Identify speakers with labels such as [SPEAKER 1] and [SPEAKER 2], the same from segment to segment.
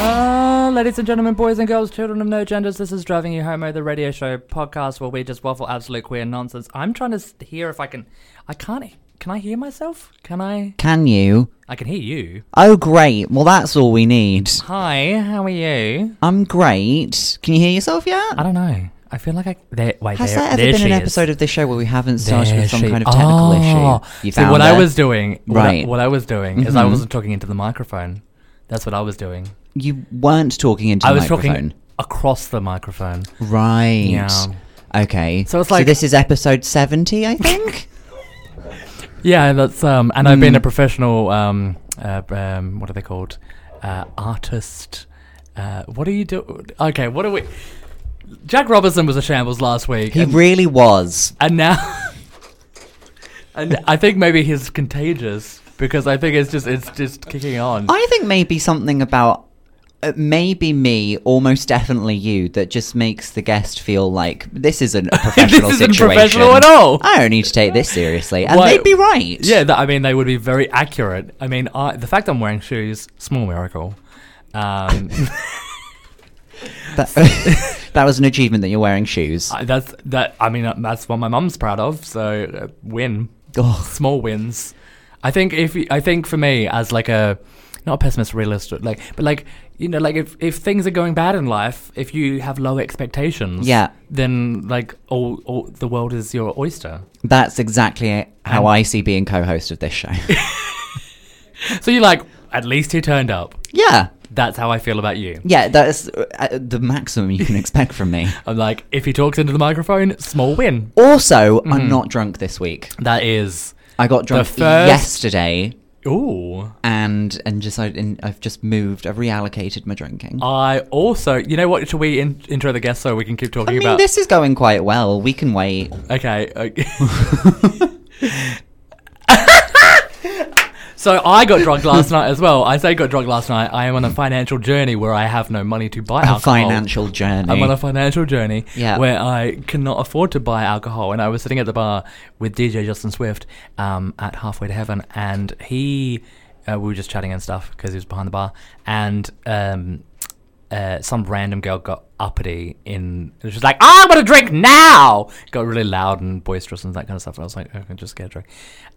[SPEAKER 1] Uh, ladies and gentlemen, boys and girls, children of no genders. This is Driving You Homo, the radio show podcast where we just waffle absolute queer nonsense. I'm trying to s- hear if I can. I can't. Can I hear myself? Can I?
[SPEAKER 2] Can you?
[SPEAKER 1] I can hear you.
[SPEAKER 2] Oh, great. Well, that's all we need.
[SPEAKER 1] Hi, how are you?
[SPEAKER 2] I'm great. Can you hear yourself yet?
[SPEAKER 1] I don't know. I feel like I. There, wait,
[SPEAKER 2] Has
[SPEAKER 1] there,
[SPEAKER 2] there ever
[SPEAKER 1] there
[SPEAKER 2] been
[SPEAKER 1] she
[SPEAKER 2] an
[SPEAKER 1] is.
[SPEAKER 2] episode of this show where we haven't started
[SPEAKER 1] There
[SPEAKER 2] with some
[SPEAKER 1] she-
[SPEAKER 2] kind of technical
[SPEAKER 1] Oh.
[SPEAKER 2] issue?
[SPEAKER 1] See,
[SPEAKER 2] You found
[SPEAKER 1] what I
[SPEAKER 2] it?
[SPEAKER 1] was doing, what I-
[SPEAKER 2] Right.
[SPEAKER 1] What I, was doing is I
[SPEAKER 2] Mhm.
[SPEAKER 1] wasn't talking into the microphone. That's what I was doing.
[SPEAKER 2] You weren't talking into
[SPEAKER 1] I was
[SPEAKER 2] the microphone.
[SPEAKER 1] talking across the microphone.
[SPEAKER 2] Right.
[SPEAKER 1] Yeah.
[SPEAKER 2] Okay.
[SPEAKER 1] So it's like-
[SPEAKER 2] this is episode 70, I think?
[SPEAKER 1] Yeah, that's um, and I've been
[SPEAKER 2] Mm.
[SPEAKER 1] a professional um, uh, um, what are they called? Uh, artist. Uh, what are you do? Okay, what are we? Jack Robinson was a shambles last week,
[SPEAKER 2] he
[SPEAKER 1] and,
[SPEAKER 2] really was.
[SPEAKER 1] and now, and I think maybe he's contagious because I think it's just it's just kicking on.
[SPEAKER 2] I think maybe something about uh, maybe me, almost definitely you, that just makes the guest feel like this isn't a professional
[SPEAKER 1] isn't
[SPEAKER 2] situation.
[SPEAKER 1] professional at all.
[SPEAKER 2] I don't need to take this seriously, and
[SPEAKER 1] Why-
[SPEAKER 2] they'd be right.
[SPEAKER 1] yeah, that, I mean they would be very accurate. I mean, I, the fact I'm wearing shoes, small miracle. Um,
[SPEAKER 2] that, that was an achievement that you're wearing shoes.
[SPEAKER 1] I- that's that. I mean, uh, that's what my mum's proud of. So uh, win.
[SPEAKER 2] Ugh.
[SPEAKER 1] small wins. I think if you- I think for me as like a not a pessimist realist but like but like you know like if if things are going bad in life if you have low expectations
[SPEAKER 2] Yeah.
[SPEAKER 1] then like all, all the world is your oyster
[SPEAKER 2] That's exactly how
[SPEAKER 1] And-
[SPEAKER 2] I see being co-host of this show.
[SPEAKER 1] so you're like at least he turned up
[SPEAKER 2] yeah,
[SPEAKER 1] that's how I feel about you
[SPEAKER 2] yeah, that's uh, uh, the maximum you can expect from me.
[SPEAKER 1] I'm like if he talks into the microphone small win
[SPEAKER 2] Also, I'm not drunk this week.
[SPEAKER 1] that is
[SPEAKER 2] I got drunk
[SPEAKER 1] Mm-hmm. first-
[SPEAKER 2] yesterday,
[SPEAKER 1] oooo
[SPEAKER 2] and and just I, and I've just moved. I've reallocated my drinking.
[SPEAKER 1] I also you know what should we in- intro the guest so we can keep
[SPEAKER 2] I
[SPEAKER 1] talking
[SPEAKER 2] mean,
[SPEAKER 1] about
[SPEAKER 2] this is going quite well. We can wait.
[SPEAKER 1] Okay. uh, so I got drunk last night as well. I say got drunk last night. I am on a financial journey where I have no money to buy
[SPEAKER 2] A
[SPEAKER 1] alcohol.
[SPEAKER 2] financial journey.
[SPEAKER 1] I'm on a financial journey
[SPEAKER 2] Yeah.
[SPEAKER 1] where I cannot afford to buy alcohol. And I was sitting at the bar with DJ Justin Swift um, at Halfway to Heaven, and he, uh, we were just chatting and stuff because he was behind the bar, and um, uh, some random girl got uppity in. She was like, "I want a drink now!" Got really loud and boisterous and that kind of stuff. And I was like, "I can just get a drink,"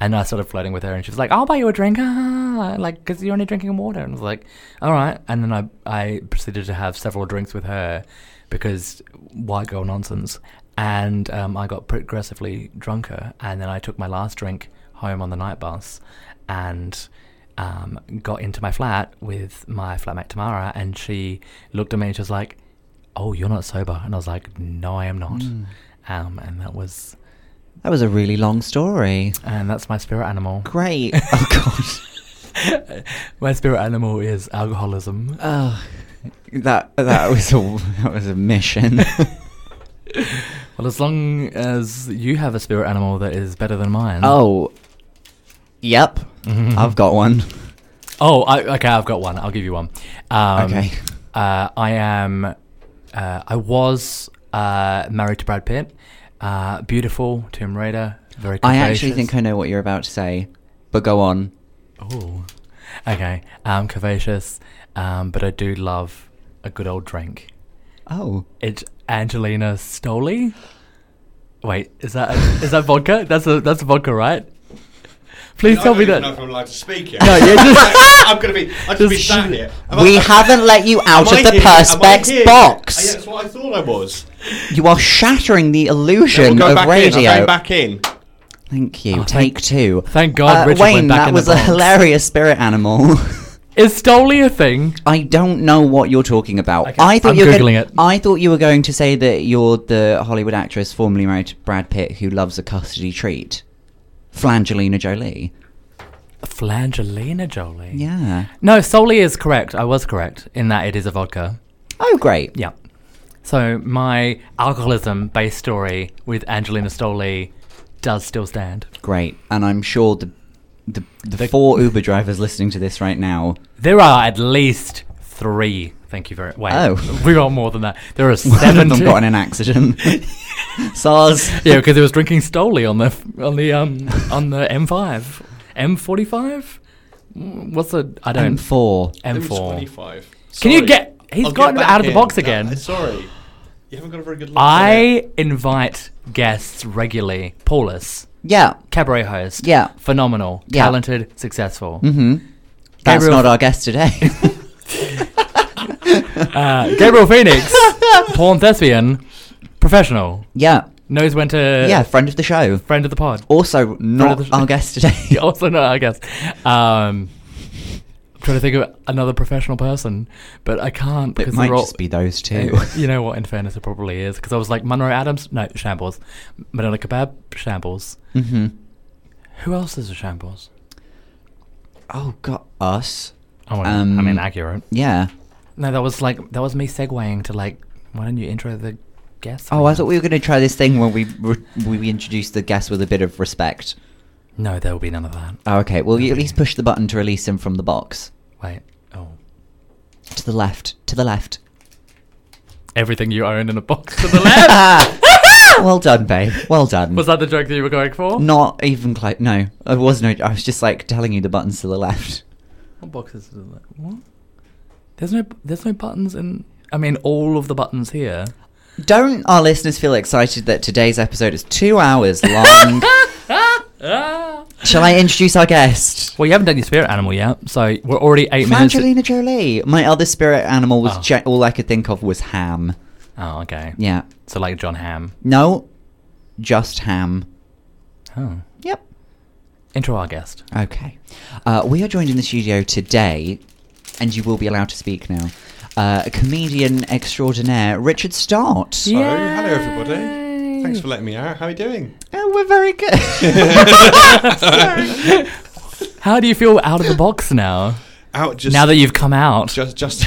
[SPEAKER 1] and I started flirting with her, and she was like, "I'll buy you a drink," ah, like because you're only drinking water. And I was like, "All right," and then I I proceeded to have several drinks with her because white girl nonsense, and um, I got progressively drunker, and then I took my last drink home on the night bus, and um, got into my flat with my flatmate Tamara, and she looked at me and she was like, "Oh, you're not sober," and I was like, "No, I am not." Um, and that was,
[SPEAKER 2] that was a really long story.
[SPEAKER 1] and that's my spirit animal.
[SPEAKER 2] Great. Oh god.
[SPEAKER 1] My spirit animal is alcoholism.
[SPEAKER 2] Oh, that that was a that was a mission.
[SPEAKER 1] Well, as long as you have a spirit animal that is better than mine.
[SPEAKER 2] oh, yep, I've got one.
[SPEAKER 1] Oh, I, okay, I've got one. I'll give you one. Um,
[SPEAKER 2] Okay.
[SPEAKER 1] Uh, I am. Uh, I was uh, married to Brad Pitt. Uh, beautiful, Tomb Raider. Very.
[SPEAKER 2] I actually
[SPEAKER 1] curvaceous.
[SPEAKER 2] think I know what you're about to say, but go on.
[SPEAKER 1] Oh, okay. I'm curvaceous, um, but I do love a good old drink.
[SPEAKER 2] Oh,
[SPEAKER 1] It's Angelina Stoli. Wait, is that is that vodka? That's a that's vodka, right? Please
[SPEAKER 3] I
[SPEAKER 1] tell
[SPEAKER 3] don't
[SPEAKER 1] me
[SPEAKER 3] even
[SPEAKER 1] that.
[SPEAKER 3] know if I'm allowed to speak here.
[SPEAKER 1] No, yeah, just-
[SPEAKER 3] I'm gonna be. I'm gonna be
[SPEAKER 1] Just
[SPEAKER 3] sat
[SPEAKER 1] sh-
[SPEAKER 3] here.
[SPEAKER 2] we haven't let you out of the perspex
[SPEAKER 3] Oh, Yeah,
[SPEAKER 2] box.
[SPEAKER 3] that's what I thought I was.
[SPEAKER 2] You are shattering the
[SPEAKER 3] No, we'll
[SPEAKER 2] illusion
[SPEAKER 3] go
[SPEAKER 2] of
[SPEAKER 3] back In. I'm
[SPEAKER 2] radio.
[SPEAKER 3] going back in.
[SPEAKER 2] Thank you.
[SPEAKER 1] Oh, thank-
[SPEAKER 2] Take two. Uh,
[SPEAKER 1] thank God Richard went
[SPEAKER 2] Wayne,
[SPEAKER 1] back
[SPEAKER 2] that
[SPEAKER 1] in the
[SPEAKER 2] was a
[SPEAKER 1] box.
[SPEAKER 2] hilarious spirit animal.
[SPEAKER 1] Is Stoli a thing?
[SPEAKER 2] I don't know what you're talking about.
[SPEAKER 1] Okay.
[SPEAKER 2] I thought
[SPEAKER 1] I'm
[SPEAKER 2] you were
[SPEAKER 1] Googling
[SPEAKER 2] gonna,
[SPEAKER 1] it.
[SPEAKER 2] I thought you were going to say that you're the Hollywood actress formerly married to Brad Pitt who loves a custody treat. Flangelina Jolie.
[SPEAKER 1] Flangelina Jolie.
[SPEAKER 2] Yeah.
[SPEAKER 1] No, Stoli is correct. I was correct in that it is a vodka.
[SPEAKER 2] Oh great.
[SPEAKER 1] Yeah. So my alcoholism-based story with Angelina Stoli does still stand.
[SPEAKER 2] Great. And I'm sure the the, the,
[SPEAKER 1] The-
[SPEAKER 2] four Uber drivers listening to this right now.
[SPEAKER 1] There are at least three. Thank you very much.
[SPEAKER 2] Oh.
[SPEAKER 1] we are more than that. There are
[SPEAKER 2] Seven
[SPEAKER 1] seven.
[SPEAKER 2] of them got in an accident. SARS.
[SPEAKER 1] yeah, because it was drinking Stoli on the on the um on the M5, M45. What's the I don't
[SPEAKER 2] M4.
[SPEAKER 1] M4.
[SPEAKER 3] Twenty-five.
[SPEAKER 1] Can you get he's
[SPEAKER 3] I'll get
[SPEAKER 1] gotten
[SPEAKER 3] back
[SPEAKER 1] out of the
[SPEAKER 3] in.
[SPEAKER 1] box
[SPEAKER 3] No, uh,
[SPEAKER 1] again.
[SPEAKER 3] sorry, you haven't got a very good look. at it.
[SPEAKER 1] I invite guests regularly. Paulus,
[SPEAKER 2] Yeah.
[SPEAKER 1] cabaret host.
[SPEAKER 2] Yeah.
[SPEAKER 1] Phenomenal,
[SPEAKER 2] Yeah.
[SPEAKER 1] talented, successful.
[SPEAKER 2] hmm That's
[SPEAKER 1] Gabriel-
[SPEAKER 2] not our guest today.
[SPEAKER 1] Uh, Gabriel Phoenix, porn thespian, professional,
[SPEAKER 2] yeah.
[SPEAKER 1] knows when to.
[SPEAKER 2] Yeah, friend of the show.
[SPEAKER 1] Friend of the pod.
[SPEAKER 2] Also
[SPEAKER 1] of
[SPEAKER 2] not
[SPEAKER 1] the-
[SPEAKER 2] our guest today.
[SPEAKER 1] also no, I guess. Um, I'm trying to think of another professional person, but I can't because
[SPEAKER 2] it might
[SPEAKER 1] they're all,
[SPEAKER 2] just be those two.
[SPEAKER 1] Uh, you know what? In fairness, it probably is because I was like Monroe Adams, no shambles, Madonna Kebab shambles.
[SPEAKER 2] hmm
[SPEAKER 1] Who else is a shambles?
[SPEAKER 2] Oh, God. Us.
[SPEAKER 1] Oh, well,
[SPEAKER 2] Um,
[SPEAKER 1] I mean accurate.
[SPEAKER 2] Yeah.
[SPEAKER 1] No, that was like that was me segueing to like, why don't you intro the guest?
[SPEAKER 2] Oh, I thought we were going to try this thing where we re- we introduce the guest with a bit of respect.
[SPEAKER 1] No, there will be none of that.
[SPEAKER 2] Oh, okay. Well, you at least push the button to release him from the box.
[SPEAKER 1] Wait. Oh.
[SPEAKER 2] To the left. To the left.
[SPEAKER 1] Everything you own in a box to the left.
[SPEAKER 2] well done, babe. Well done.
[SPEAKER 1] was that the joke that you were going for?
[SPEAKER 2] Not even close. No, I was no. I was just like telling you the buttons to the left.
[SPEAKER 1] What boxes is that? What? There's no there's no buttons in I mean all of the buttons here.
[SPEAKER 2] Don't our listeners feel excited that today's episode is two hours long? Shall I introduce our guest?
[SPEAKER 1] Well, you haven't done your spirit animal yet, so we're already eight minutes.
[SPEAKER 2] Angelina Jolie. My other spirit animal was
[SPEAKER 1] Oh.
[SPEAKER 2] ja- all I could think of was ham.
[SPEAKER 1] Oh, okay.
[SPEAKER 2] Yeah.
[SPEAKER 1] So like John Ham.
[SPEAKER 2] No, just ham.
[SPEAKER 1] Oh,
[SPEAKER 2] Yep.
[SPEAKER 1] intro our guest.
[SPEAKER 2] Okay. Uh, we are joined in the studio today, and you will be allowed to speak now. Uh, comedian extraordinaire Richard Stott.
[SPEAKER 3] So, hello everybody. Thanks for letting me out. How are you doing?
[SPEAKER 2] Oh, we're very good.
[SPEAKER 1] How do you feel out of the box now?
[SPEAKER 3] Out just
[SPEAKER 1] now that you've come out.
[SPEAKER 3] just just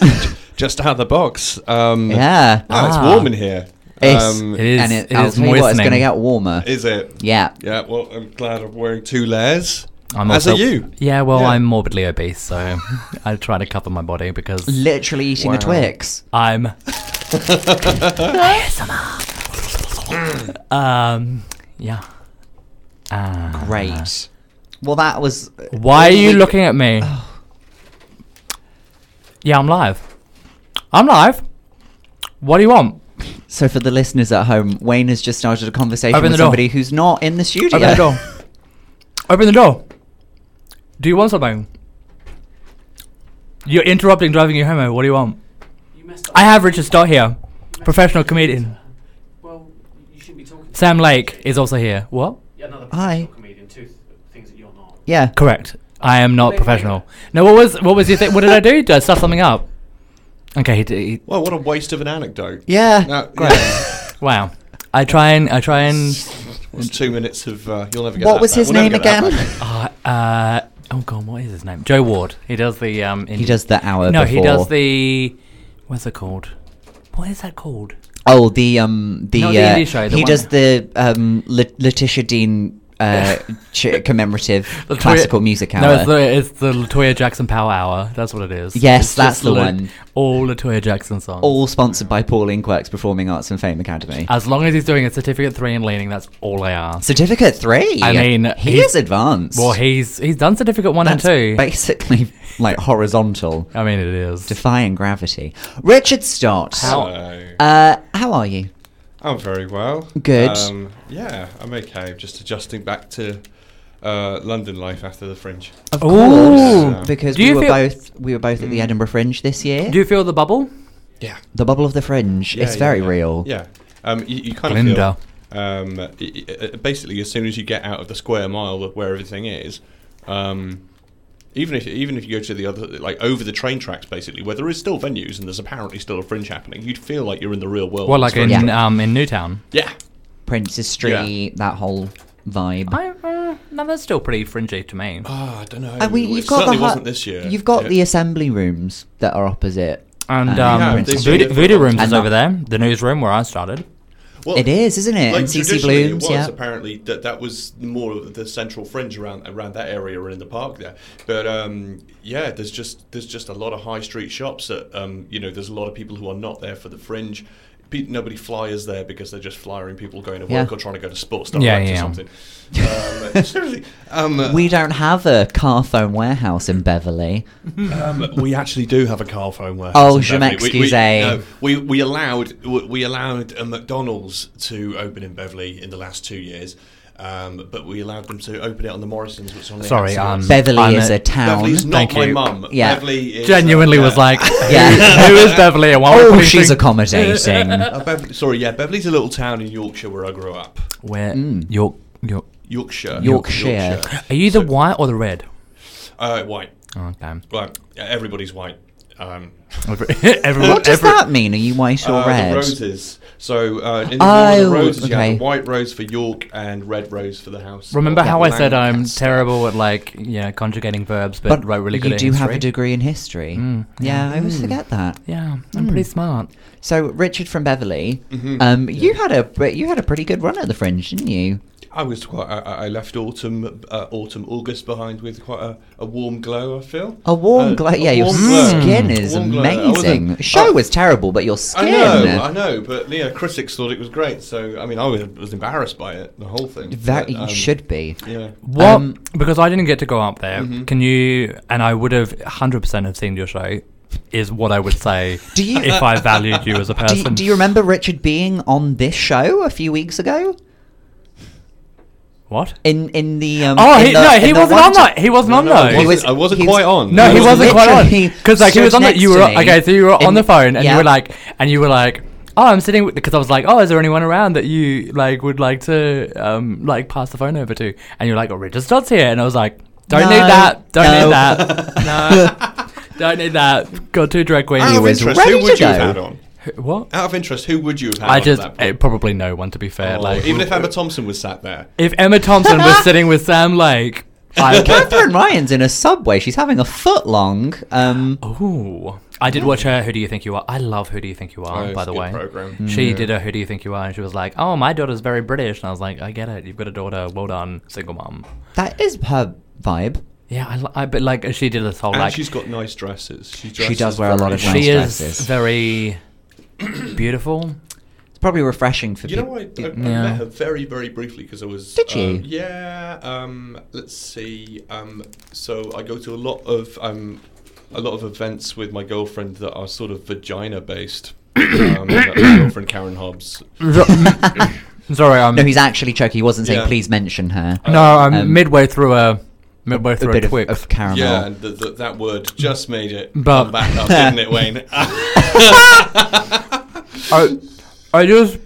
[SPEAKER 3] just out of the box. Um,
[SPEAKER 2] yeah.
[SPEAKER 3] Wow, it's
[SPEAKER 1] Ah.
[SPEAKER 3] warm in here. Um,
[SPEAKER 2] It's-
[SPEAKER 1] It is.
[SPEAKER 2] and it,
[SPEAKER 1] it
[SPEAKER 2] I'll
[SPEAKER 1] is
[SPEAKER 2] tell you what, it's
[SPEAKER 1] moistening.
[SPEAKER 2] going to get warmer.
[SPEAKER 3] Is it?
[SPEAKER 2] yeah.
[SPEAKER 3] Yeah. Well, I'm glad I'm wearing two layers.
[SPEAKER 1] I'm
[SPEAKER 3] As
[SPEAKER 1] also-
[SPEAKER 3] are you.
[SPEAKER 1] Yeah, well,
[SPEAKER 3] Yeah.
[SPEAKER 1] I'm morbidly obese, so I try to cover my body because
[SPEAKER 2] Literally eating a
[SPEAKER 3] Wow.
[SPEAKER 2] Twix.
[SPEAKER 1] I'm. ASMR. um, yeah. Uh,
[SPEAKER 2] Great. Well, that was.
[SPEAKER 1] Why are you
[SPEAKER 2] We-
[SPEAKER 1] looking at me?
[SPEAKER 3] Oh.
[SPEAKER 1] yeah, I'm live. I'm live. What do you want?
[SPEAKER 2] So, for the listeners at home, Wayne has just started a conversation
[SPEAKER 1] Open
[SPEAKER 2] with
[SPEAKER 1] the door.
[SPEAKER 2] somebody who's not in the studio.
[SPEAKER 1] Open the door. Open the door. Do you want something? You're interrupting driving you home. What do you want?
[SPEAKER 4] You messed up.
[SPEAKER 1] I have Richard Stott here, professional comedian.
[SPEAKER 4] Well, you shouldn't be talking. To
[SPEAKER 1] Sam Lake is also here. What?
[SPEAKER 4] Yeah, another
[SPEAKER 2] Hi.
[SPEAKER 4] professional comedian. Two th- things that you're not.
[SPEAKER 2] Yeah.
[SPEAKER 1] Correct. I am not
[SPEAKER 4] Wait, wait,
[SPEAKER 1] professional.
[SPEAKER 4] wait.
[SPEAKER 1] No, what was what was your thing? What did I do? Did I stuff something up? Okay, he, did- he,
[SPEAKER 3] Well, what a waste of an anecdote.
[SPEAKER 2] Yeah.
[SPEAKER 3] No,
[SPEAKER 2] Great.
[SPEAKER 3] yeah.
[SPEAKER 1] wow. I try and I try and
[SPEAKER 3] What's two minutes of uh, you'll never get.
[SPEAKER 2] What
[SPEAKER 3] that
[SPEAKER 2] was
[SPEAKER 3] back.
[SPEAKER 2] his
[SPEAKER 3] We'll never
[SPEAKER 2] name
[SPEAKER 3] get that
[SPEAKER 2] again?
[SPEAKER 3] back.
[SPEAKER 1] uh, uh oh god, what is his name? Joe Ward. He does the um. in-
[SPEAKER 2] He does the hour.
[SPEAKER 1] no, he does
[SPEAKER 2] before.
[SPEAKER 1] the what's it called? What is that called?
[SPEAKER 2] Oh, the um, the,
[SPEAKER 1] No, the
[SPEAKER 2] uh,
[SPEAKER 1] indie show, the
[SPEAKER 2] he
[SPEAKER 1] one-
[SPEAKER 2] does the um, Lat- Letitia Dean uh, ch- commemorative
[SPEAKER 1] The Latoya-
[SPEAKER 2] classical music hour.
[SPEAKER 1] No, it's the it's the Latoya Jackson Power Hour. That's what it is.
[SPEAKER 2] Yes,
[SPEAKER 1] It's
[SPEAKER 2] that's
[SPEAKER 1] just
[SPEAKER 2] the
[SPEAKER 1] La-
[SPEAKER 2] one.
[SPEAKER 1] All Latoya Jackson songs.
[SPEAKER 2] all sponsored by Paul Inquirk's Performing Arts and Fame Academy.
[SPEAKER 1] As long as he's doing a certificate three and leaning, that's all I ask.
[SPEAKER 2] Certificate three.
[SPEAKER 1] I mean,
[SPEAKER 2] he
[SPEAKER 1] he's-
[SPEAKER 2] is advanced.
[SPEAKER 1] Well, he's he's done certificate one
[SPEAKER 2] That's
[SPEAKER 1] and two.
[SPEAKER 2] basically like horizontal,
[SPEAKER 1] I mean, it is.
[SPEAKER 2] defying gravity. Richard Stott.
[SPEAKER 1] How-
[SPEAKER 3] Hello.
[SPEAKER 2] Uh, how are you?
[SPEAKER 3] I'm very well.
[SPEAKER 2] Good.
[SPEAKER 3] Um, yeah, I'm okay. I'm just adjusting back to uh, London life after the fringe.
[SPEAKER 2] Of
[SPEAKER 1] Ooh.
[SPEAKER 2] course, because
[SPEAKER 1] Do
[SPEAKER 2] we
[SPEAKER 1] you
[SPEAKER 2] were
[SPEAKER 1] feel-
[SPEAKER 2] both we were both at the
[SPEAKER 3] Mm.
[SPEAKER 2] Edinburgh Fringe this year.
[SPEAKER 1] Do you feel the bubble?
[SPEAKER 3] Yeah.
[SPEAKER 2] the bubble of the fringe.
[SPEAKER 3] Yeah,
[SPEAKER 2] it's
[SPEAKER 3] yeah,
[SPEAKER 2] very
[SPEAKER 3] yeah.
[SPEAKER 2] real.
[SPEAKER 3] Yeah. Um, you, you kind
[SPEAKER 1] Glinda.
[SPEAKER 3] of feel. Um, i- i- i- basically, as soon as you get out of the square mile of where everything is, um, even if even if you go to the other like over the train tracks, basically where there is still venues and there's apparently still a fringe happening, you'd feel like you're in the real world.
[SPEAKER 1] Well, like in
[SPEAKER 2] Yeah.
[SPEAKER 1] um in Newtown.
[SPEAKER 3] yeah,
[SPEAKER 2] Princess Street, that whole vibe.
[SPEAKER 1] I uh, no, that's still pretty fringy to me.
[SPEAKER 3] oh, I don't know.
[SPEAKER 2] I mean,
[SPEAKER 3] It
[SPEAKER 2] you've got the
[SPEAKER 3] certainly
[SPEAKER 2] hu-
[SPEAKER 3] wasn't this year.
[SPEAKER 2] You've got
[SPEAKER 3] Yeah.
[SPEAKER 2] the assembly rooms that are opposite.
[SPEAKER 1] And
[SPEAKER 2] Uh, yeah,
[SPEAKER 1] um,
[SPEAKER 2] they
[SPEAKER 3] do
[SPEAKER 1] voodoo,
[SPEAKER 3] different
[SPEAKER 1] voodoo
[SPEAKER 3] ones.
[SPEAKER 1] rooms is
[SPEAKER 2] And
[SPEAKER 1] over
[SPEAKER 2] that-
[SPEAKER 1] there. The newsroom where I started.
[SPEAKER 3] Well,
[SPEAKER 2] It is, isn't it?
[SPEAKER 3] Like
[SPEAKER 2] and CC
[SPEAKER 3] traditionally it
[SPEAKER 2] Blooms,
[SPEAKER 3] was,
[SPEAKER 2] yeah.
[SPEAKER 3] Apparently, that that was more of the central fringe around around that area and in the park there. But um, yeah, there's just there's just a lot of high street shops that um, you know there's a lot of people who are not there for the fringe. pe- nobody flyers there because they're just flyering people going to work
[SPEAKER 2] Yeah.
[SPEAKER 3] or trying to go to sports
[SPEAKER 1] Yeah,
[SPEAKER 3] direct
[SPEAKER 1] yeah,
[SPEAKER 3] or
[SPEAKER 1] yeah.
[SPEAKER 3] something. um, seriously, um,
[SPEAKER 2] We don't have a car phone warehouse in Beverly.
[SPEAKER 1] Mm.
[SPEAKER 3] Um, we actually do have a car phone warehouse.
[SPEAKER 2] Oh,
[SPEAKER 3] in
[SPEAKER 2] je
[SPEAKER 3] Beverly. We-
[SPEAKER 2] m'excuse.
[SPEAKER 3] We, no, we, we allowed we we allowed a McDonald's to open in Beverly in the last two years, um, but we allowed them to open it on the Morrisons, which only
[SPEAKER 1] Sorry,
[SPEAKER 3] had
[SPEAKER 1] um,
[SPEAKER 3] six.
[SPEAKER 2] Beverly
[SPEAKER 1] I'm
[SPEAKER 2] is
[SPEAKER 1] a-
[SPEAKER 2] a town.
[SPEAKER 3] Beverly's not
[SPEAKER 1] Thank
[SPEAKER 3] my
[SPEAKER 1] you.
[SPEAKER 3] mum.
[SPEAKER 2] Yeah.
[SPEAKER 3] Beverly is,
[SPEAKER 1] Genuinely
[SPEAKER 3] uh,
[SPEAKER 1] was
[SPEAKER 3] yeah.
[SPEAKER 1] like,
[SPEAKER 2] Yeah.
[SPEAKER 1] who is Beverly? And why are we
[SPEAKER 2] Oh,
[SPEAKER 1] putting
[SPEAKER 2] she's
[SPEAKER 1] things-
[SPEAKER 2] accommodating.
[SPEAKER 3] Uh, Bev- sorry, yeah, Beverly's a little town in Yorkshire where I grew up.
[SPEAKER 1] Where
[SPEAKER 2] Mm.
[SPEAKER 1] York York?
[SPEAKER 3] Yorkshire,
[SPEAKER 2] Yorkshire.
[SPEAKER 1] Are you the white or the red?
[SPEAKER 3] Uh, white.
[SPEAKER 1] Oh, damn.
[SPEAKER 3] Well, everybody's white. Um,
[SPEAKER 1] Every- everyone-
[SPEAKER 2] What does
[SPEAKER 1] every-
[SPEAKER 2] that mean? Are you white or
[SPEAKER 3] uh,
[SPEAKER 2] red?
[SPEAKER 3] The roses. So uh, in the Lord of the
[SPEAKER 2] Oh,
[SPEAKER 3] roses, you
[SPEAKER 2] okay.
[SPEAKER 3] have the white rose for York and red rose for the house.
[SPEAKER 1] Remember
[SPEAKER 3] of
[SPEAKER 1] how I said um, I'm
[SPEAKER 3] Lancaster.
[SPEAKER 1] terrible at like you know conjugating verbs, but, wrote really good
[SPEAKER 2] you
[SPEAKER 1] at
[SPEAKER 2] do have
[SPEAKER 1] history?
[SPEAKER 2] a degree in history.
[SPEAKER 1] Mm,
[SPEAKER 2] yeah, I always forget that.
[SPEAKER 1] Yeah, I'm pretty smart.
[SPEAKER 2] So Richard from Beverly, um, you had a pre- you had a pretty good run at the Fringe, didn't you?
[SPEAKER 3] I was quite. I, I I left autumn, uh, autumn, August behind with quite a, a warm glow. I feel
[SPEAKER 2] A warm
[SPEAKER 3] Uh,
[SPEAKER 2] glow.
[SPEAKER 3] a
[SPEAKER 2] Yeah, your
[SPEAKER 3] warm glow.
[SPEAKER 2] skin
[SPEAKER 3] Mm.
[SPEAKER 2] is
[SPEAKER 3] Warm glow. I wasn't-
[SPEAKER 2] amazing. Show
[SPEAKER 3] I-
[SPEAKER 2] was terrible, but your skin.
[SPEAKER 3] I know, I know, but yeah, critics thought it was great. So I mean, I was, was embarrassed by it, the whole thing.
[SPEAKER 2] That
[SPEAKER 3] but,
[SPEAKER 2] you
[SPEAKER 3] um,
[SPEAKER 2] should be.
[SPEAKER 3] Yeah.
[SPEAKER 1] What?
[SPEAKER 2] Um, Mm-hmm.
[SPEAKER 1] because I didn't get to go up there. Can you? And I would have 100% have seen your show. Is what I would say
[SPEAKER 2] Do you-
[SPEAKER 1] if I valued you as a
[SPEAKER 2] Do
[SPEAKER 1] person.
[SPEAKER 2] you, do you remember Richard being on this show a few weeks ago?
[SPEAKER 1] what?
[SPEAKER 2] In in the um,
[SPEAKER 1] Oh,
[SPEAKER 2] in
[SPEAKER 1] he,
[SPEAKER 2] the-
[SPEAKER 1] no,
[SPEAKER 2] in
[SPEAKER 1] he
[SPEAKER 2] the
[SPEAKER 1] wasn't
[SPEAKER 2] one
[SPEAKER 1] on
[SPEAKER 2] ti-
[SPEAKER 1] that. He wasn't on
[SPEAKER 3] No, no, I
[SPEAKER 1] though.
[SPEAKER 3] wasn't,
[SPEAKER 2] He was-
[SPEAKER 3] I wasn't
[SPEAKER 2] he was-
[SPEAKER 3] quite on.
[SPEAKER 1] No,
[SPEAKER 2] He
[SPEAKER 1] he
[SPEAKER 2] was
[SPEAKER 1] wasn't quite on
[SPEAKER 2] literally
[SPEAKER 1] because like he
[SPEAKER 2] stood
[SPEAKER 1] was on the
[SPEAKER 2] next
[SPEAKER 1] you
[SPEAKER 2] to
[SPEAKER 1] were
[SPEAKER 2] me
[SPEAKER 1] okay. So you were
[SPEAKER 2] in-
[SPEAKER 1] on the phone and you
[SPEAKER 2] yeah.
[SPEAKER 1] were like and you were like, oh, I'm sitting because I was like, oh, is there anyone around that you like would like to um like pass the phone over to? And you're like, oh, Richard Stodd's here, and I was like, don't
[SPEAKER 2] No,
[SPEAKER 1] need that, don't
[SPEAKER 2] no.
[SPEAKER 1] need that, no, don't need that. Got two drag queens.
[SPEAKER 3] Out of
[SPEAKER 2] was
[SPEAKER 3] interest,
[SPEAKER 2] ready
[SPEAKER 3] who
[SPEAKER 2] to
[SPEAKER 3] would you have
[SPEAKER 2] go.
[SPEAKER 3] had on?
[SPEAKER 1] What?
[SPEAKER 3] Out of interest, who would you have had
[SPEAKER 1] I
[SPEAKER 3] on
[SPEAKER 1] just
[SPEAKER 3] at that
[SPEAKER 1] eh,
[SPEAKER 3] point?
[SPEAKER 1] probably no one to be fair.
[SPEAKER 3] Oh,
[SPEAKER 1] like
[SPEAKER 3] even if Emma Thompson was sat there.
[SPEAKER 1] if Emma Thompson was sitting with Sam Lake, I
[SPEAKER 2] Catherine Ryan's in a subway. She's having a foot long. Um,
[SPEAKER 1] Oh. ooh. I did watch her. Who do you think you are? I love Who Do You Think You Are.
[SPEAKER 3] Oh, it's
[SPEAKER 1] by
[SPEAKER 3] a
[SPEAKER 1] the
[SPEAKER 3] good
[SPEAKER 1] way,
[SPEAKER 3] program.
[SPEAKER 2] Mm,
[SPEAKER 1] She did a Who Do You Think You Are, and she was like, "Oh, my daughter's very British," and I was like, "I get it. You've got a daughter. Well done, single mom."
[SPEAKER 2] that is her vibe.
[SPEAKER 1] Yeah, I, li- I but like she did this whole
[SPEAKER 3] And
[SPEAKER 1] like
[SPEAKER 3] she's got nice dresses. She,
[SPEAKER 2] She
[SPEAKER 3] dresses
[SPEAKER 2] does wear a lot
[SPEAKER 3] very
[SPEAKER 2] of
[SPEAKER 3] nice.
[SPEAKER 2] nice
[SPEAKER 1] she is
[SPEAKER 2] dresses.
[SPEAKER 1] very beautiful.
[SPEAKER 2] It's probably refreshing for
[SPEAKER 3] You know,
[SPEAKER 2] people.
[SPEAKER 3] I, I, I
[SPEAKER 1] Yeah.
[SPEAKER 3] met her very, very briefly because I was.
[SPEAKER 2] Did
[SPEAKER 3] um,
[SPEAKER 2] you?
[SPEAKER 3] yeah. Um, let's see. Um, so I go to a lot of um, a lot of events with my girlfriend that are sort of vagina based. um, my girlfriend Karen Hobbs.
[SPEAKER 1] Sorry, I'm
[SPEAKER 2] No, he's actually choking. He wasn't saying
[SPEAKER 3] Yeah.
[SPEAKER 2] please mention her.
[SPEAKER 1] no, I'm
[SPEAKER 2] Um,
[SPEAKER 1] midway through a midway through
[SPEAKER 2] a
[SPEAKER 1] a,
[SPEAKER 2] bit of,
[SPEAKER 1] twig.
[SPEAKER 2] of caramel.
[SPEAKER 3] Yeah, and th- th- that word just made it
[SPEAKER 1] But-
[SPEAKER 3] come back up, didn't it, Wayne?
[SPEAKER 2] Oh,
[SPEAKER 1] I, I just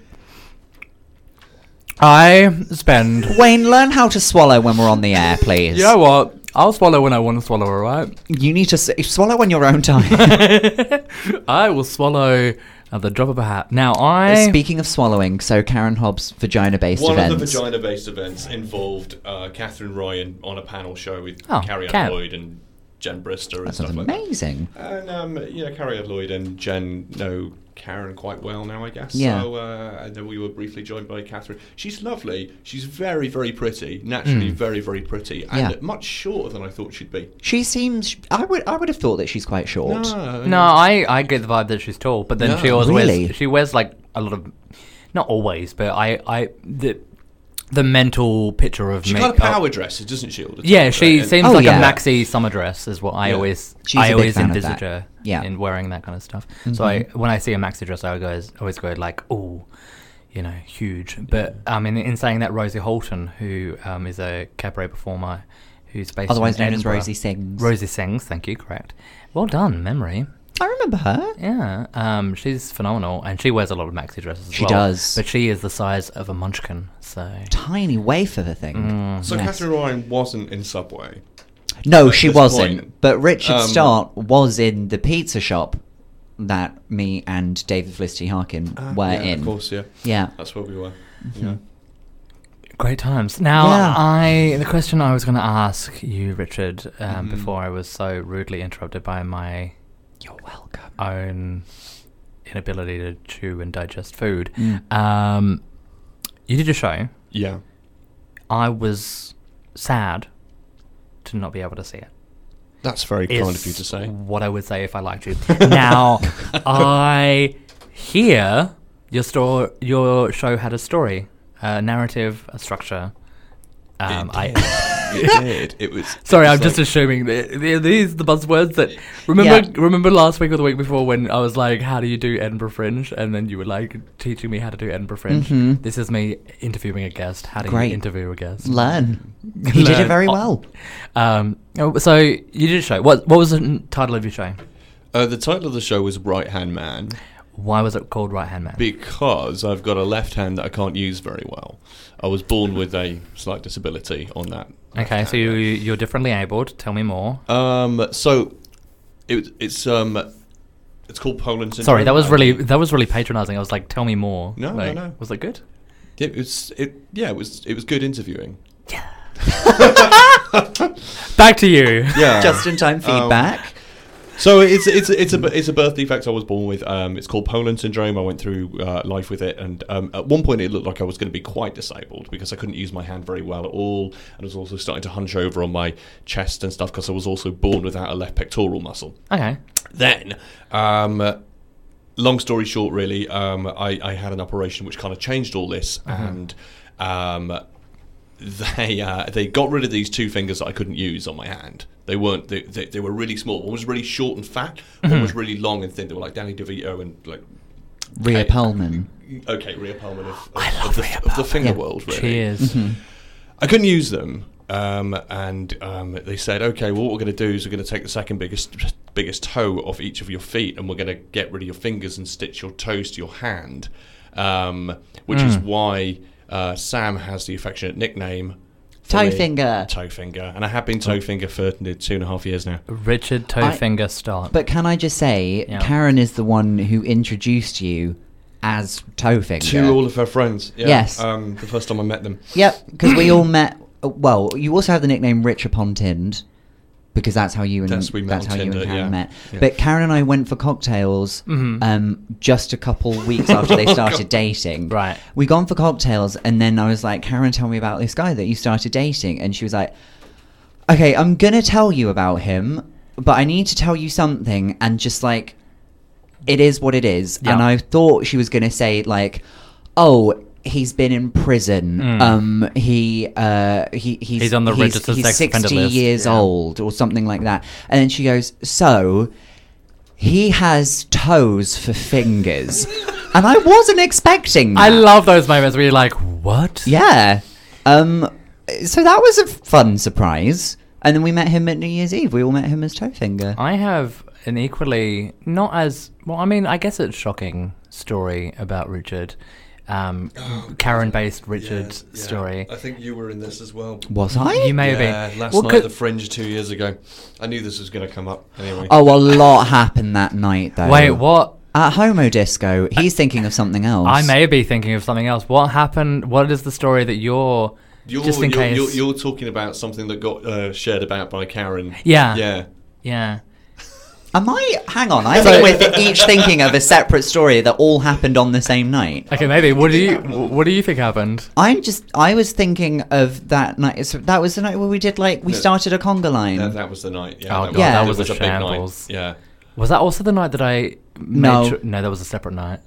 [SPEAKER 1] I spend.
[SPEAKER 2] Wayne, learn how to swallow when we're on the air, please.
[SPEAKER 1] You know what? I'll swallow when I want to swallow. All right.
[SPEAKER 2] You need to s- swallow on your own time.
[SPEAKER 1] I will swallow at the drop of a hat. Now I
[SPEAKER 2] Speaking of swallowing, so Karen Hobbs vagina-based
[SPEAKER 3] One
[SPEAKER 2] events.
[SPEAKER 3] of the vagina-based events involved uh, Catherine Ryan on a panel show with
[SPEAKER 1] Oh,
[SPEAKER 3] Carrie Ann
[SPEAKER 1] Cat.
[SPEAKER 3] Lloyd and Jen Brister and
[SPEAKER 2] that
[SPEAKER 3] stuff
[SPEAKER 2] sounds
[SPEAKER 3] like that.
[SPEAKER 2] amazing.
[SPEAKER 3] And um, you know, Carrie Lloyd and Jen know Karen quite well now, I guess.
[SPEAKER 2] Yeah.
[SPEAKER 3] So, uh, and then we were briefly joined by Catherine. She's lovely. She's very, very pretty.
[SPEAKER 1] Mm.
[SPEAKER 3] Naturally, very, very pretty, and
[SPEAKER 2] Yeah.
[SPEAKER 3] much shorter than I thought she'd be.
[SPEAKER 2] She seems. I would. I would have thought that she's quite short.
[SPEAKER 1] No, I, I get the vibe that she's tall, but then
[SPEAKER 3] No.
[SPEAKER 1] she always
[SPEAKER 2] Really?
[SPEAKER 1] wears she wears like a lot of not always, but I I the the mental picture of
[SPEAKER 3] she
[SPEAKER 1] me.
[SPEAKER 3] kind of
[SPEAKER 1] oh,
[SPEAKER 3] power dresses, doesn't she? All the time,
[SPEAKER 1] yeah, she
[SPEAKER 3] right? And-
[SPEAKER 1] seems
[SPEAKER 2] Oh,
[SPEAKER 1] like
[SPEAKER 2] yeah.
[SPEAKER 1] a maxi summer dress is what I
[SPEAKER 3] Yeah.
[SPEAKER 1] always
[SPEAKER 2] She's a
[SPEAKER 1] I
[SPEAKER 2] big
[SPEAKER 1] always
[SPEAKER 2] fan of
[SPEAKER 1] envisage
[SPEAKER 2] that.
[SPEAKER 1] her
[SPEAKER 2] Yeah. Mm-hmm.
[SPEAKER 1] in wearing that kind of stuff. So I when I see a maxi dress, I always always go like, oh, you know, huge. But um, in, in saying that, Rosie Holton, who um, is a cabaret performer, who's based
[SPEAKER 2] Otherwise
[SPEAKER 1] in
[SPEAKER 2] known as
[SPEAKER 1] Edinburgh-
[SPEAKER 2] Rosie Sings.
[SPEAKER 1] Rosie Sings, thank you, correct. Well done, memory.
[SPEAKER 2] I remember her.
[SPEAKER 1] Yeah, um, she's phenomenal, and she wears a lot of maxi dresses. As
[SPEAKER 2] She
[SPEAKER 1] well,
[SPEAKER 2] does.
[SPEAKER 1] but she is the size of a munchkin. So
[SPEAKER 2] Tiny waif of a thing.
[SPEAKER 1] Mm,
[SPEAKER 3] So
[SPEAKER 2] Yes.
[SPEAKER 3] Catherine Ryan wasn't in Subway.
[SPEAKER 2] No,
[SPEAKER 3] at
[SPEAKER 2] she
[SPEAKER 3] this
[SPEAKER 2] wasn't.
[SPEAKER 3] point.
[SPEAKER 2] But Richard
[SPEAKER 3] Um,
[SPEAKER 2] Starr was in the pizza shop that me and David Felicity Harkin were
[SPEAKER 3] Uh, Ah, yeah,
[SPEAKER 2] in.
[SPEAKER 3] Of course, yeah.
[SPEAKER 2] Yeah. Mm-hmm.
[SPEAKER 3] That's where we were. Yeah.
[SPEAKER 1] great times. Now,
[SPEAKER 2] Yeah.
[SPEAKER 1] I the question I was going to ask you, Richard, um,
[SPEAKER 2] Mm-hmm.
[SPEAKER 1] before I was so rudely interrupted by my
[SPEAKER 2] You're welcome.
[SPEAKER 1] own inability to chew and digest food.
[SPEAKER 2] Mm.
[SPEAKER 1] Um, you did a show.
[SPEAKER 3] Yeah.
[SPEAKER 1] I was sad to not be able to see it.
[SPEAKER 3] That's very
[SPEAKER 1] is
[SPEAKER 3] kind of you to say.
[SPEAKER 1] What I would say if I liked you. Now, I hear Your store, your show had a story, a narrative, a structure. Um,
[SPEAKER 3] it
[SPEAKER 1] I.
[SPEAKER 3] did. it did. It was. it
[SPEAKER 1] Sorry,
[SPEAKER 3] was
[SPEAKER 1] I'm just
[SPEAKER 3] like-
[SPEAKER 1] assuming that th- these are the buzzwords that remember.
[SPEAKER 2] Yeah.
[SPEAKER 1] Remember last week or the week before when I was like, "How do you do Edinburgh Fringe?" and then you were like teaching me how to do Edinburgh Fringe.
[SPEAKER 3] Mm-hmm.
[SPEAKER 2] Mhm.
[SPEAKER 1] This is me interviewing a guest. How do
[SPEAKER 2] Great.
[SPEAKER 1] you interview a guest?
[SPEAKER 2] Learn. He did it
[SPEAKER 1] Learn.
[SPEAKER 2] very
[SPEAKER 1] Oh.
[SPEAKER 2] well.
[SPEAKER 1] Um, oh, so you did a show. What what was the n- title of your show?
[SPEAKER 3] Uh, the title of the show was Right Hand Man
[SPEAKER 1] Why was it called Right Hand Man?
[SPEAKER 3] because I've got a left hand that I can't use very well. I was born with a slight disability on that. left
[SPEAKER 1] okay,
[SPEAKER 3] hand.
[SPEAKER 1] so you you're differently abled. Tell me more.
[SPEAKER 3] Um, so it, it's um, it's called Poland syndrome. Um,
[SPEAKER 1] Sorry, that was
[SPEAKER 3] I
[SPEAKER 1] really
[SPEAKER 3] think.
[SPEAKER 1] that was really patronising. I was like, "Tell me more."
[SPEAKER 3] No, no,
[SPEAKER 1] Like,
[SPEAKER 3] no.
[SPEAKER 1] Was it good?
[SPEAKER 3] It was it. Yeah, it was. It was good interviewing.
[SPEAKER 1] Back to you.
[SPEAKER 3] Yeah.
[SPEAKER 2] Just in
[SPEAKER 3] um,
[SPEAKER 2] time feedback.
[SPEAKER 3] So it's it's it's a it's a birth defect I was born with. Um, it's called Poland syndrome. I went through uh, life with it, and um, at one point it looked like I was going to be quite disabled because I couldn't use my hand very well at all, and I was also starting to hunch over on my chest and stuff because I was also born without a left pectoral muscle.
[SPEAKER 1] Okay.
[SPEAKER 3] Then, um, long story short, really, um, I, I had an operation which kind of changed all this, and um, they uh, they got rid of these two fingers that I couldn't use on my hand. They weren't they, they, they were really small. One was really short and fat. One was really long and thin. They were like Danny DeVito and like
[SPEAKER 2] Rhea
[SPEAKER 3] okay.
[SPEAKER 2] Perlman.
[SPEAKER 3] okay, Rhea Perlman of, of, of the, of the finger
[SPEAKER 2] Yeah.
[SPEAKER 3] world. Really.
[SPEAKER 1] Cheers.
[SPEAKER 2] Mm-hmm.
[SPEAKER 3] I couldn't use them, um, and um, they said, "Okay, well, what we're going to do is we're going to take the second biggest biggest toe off each of your feet, and we're going to get rid of your fingers and stitch your toes to your hand," um, which
[SPEAKER 2] Hmm.
[SPEAKER 3] is why uh, Sam has the affectionate nickname for
[SPEAKER 2] Toe
[SPEAKER 3] me,
[SPEAKER 2] finger. Oh.
[SPEAKER 3] Toe finger, and I have been toe finger for near two and a half years now.
[SPEAKER 1] Richard Toefinger Stark.
[SPEAKER 2] But can I just say,
[SPEAKER 1] Yeah.
[SPEAKER 2] Karen is the one who introduced you as Toefinger.
[SPEAKER 3] To all of her friends, yeah,
[SPEAKER 2] Yes.
[SPEAKER 3] um, the first time I met them.
[SPEAKER 2] Yep, because we all met. uh, Well, you also have the nickname Rich upon Tind, because that's how you and
[SPEAKER 3] That's we met
[SPEAKER 2] that's
[SPEAKER 3] on
[SPEAKER 2] how you
[SPEAKER 3] Tinder,
[SPEAKER 2] and Karen
[SPEAKER 3] yeah.
[SPEAKER 2] met.
[SPEAKER 3] Yeah.
[SPEAKER 2] But Karen and I went for cocktails
[SPEAKER 1] Mhm.
[SPEAKER 2] um, just a couple weeks after they
[SPEAKER 3] Oh,
[SPEAKER 2] started
[SPEAKER 3] God.
[SPEAKER 2] dating.
[SPEAKER 1] Right.
[SPEAKER 2] we gone for cocktails, and then I was like, Karen, tell me about this guy that you started dating, and she was like, Okay, I'm gonna tell you about him, but I need to tell you something, and just like it is what it is.
[SPEAKER 1] Yeah.
[SPEAKER 2] And I thought she was going to say like, "Oh, he's been in prison.
[SPEAKER 1] Mm.
[SPEAKER 2] Um, he uh, he he's,
[SPEAKER 1] He's on the
[SPEAKER 2] he's,
[SPEAKER 1] registered
[SPEAKER 2] he's
[SPEAKER 1] sex offender
[SPEAKER 2] sixty
[SPEAKER 1] list."
[SPEAKER 2] years
[SPEAKER 1] Yeah.
[SPEAKER 2] old or something like that." And then she goes, "So he has toes for fingers," and I wasn't expecting. That.
[SPEAKER 1] I love those moments where you're like, what?
[SPEAKER 2] Yeah. Um. So that was a fun surprise. And then we met him at New Year's Eve. We all met him as Toefinger.
[SPEAKER 1] I have an equally, not as, well, I mean, I guess it's shocking story about Richard. Um,
[SPEAKER 3] Oh,
[SPEAKER 1] Karen based Richard's story.
[SPEAKER 3] I think you were in this as well.
[SPEAKER 2] was I?
[SPEAKER 1] You may have
[SPEAKER 3] Yeah,
[SPEAKER 1] been.
[SPEAKER 3] last
[SPEAKER 1] Well,
[SPEAKER 3] night
[SPEAKER 1] could-
[SPEAKER 3] at the Fringe two years ago. I knew this was going to come up anyway.
[SPEAKER 2] Oh, a lot happened that night, though.
[SPEAKER 1] Wait, what?
[SPEAKER 2] At Homo Disco, he's thinking of something else.
[SPEAKER 1] I may be thinking of something else. What happened? What is the story that you're,
[SPEAKER 3] You're,
[SPEAKER 1] just in
[SPEAKER 3] you're,
[SPEAKER 1] case?
[SPEAKER 3] You're, you're talking about something that got uh, shared about by Karen.
[SPEAKER 1] Yeah.
[SPEAKER 3] Yeah.
[SPEAKER 1] yeah.
[SPEAKER 2] Am I? Hang on. I'm with each thinking of a separate story that all happened on the same night.
[SPEAKER 1] Okay, maybe. What do you What do you think happened?
[SPEAKER 2] I'm just. I was thinking of that night. So that was the night where we did like we
[SPEAKER 3] No.
[SPEAKER 2] started a conga line.
[SPEAKER 3] That, that was the night. Yeah,
[SPEAKER 1] Oh,
[SPEAKER 3] that was,
[SPEAKER 1] God,
[SPEAKER 2] that
[SPEAKER 3] it
[SPEAKER 2] was
[SPEAKER 1] a
[SPEAKER 3] a, big
[SPEAKER 1] shambles.
[SPEAKER 3] night. Yeah.
[SPEAKER 1] Was that also the night that I? Made
[SPEAKER 2] No.
[SPEAKER 1] sure- no, that was a separate night.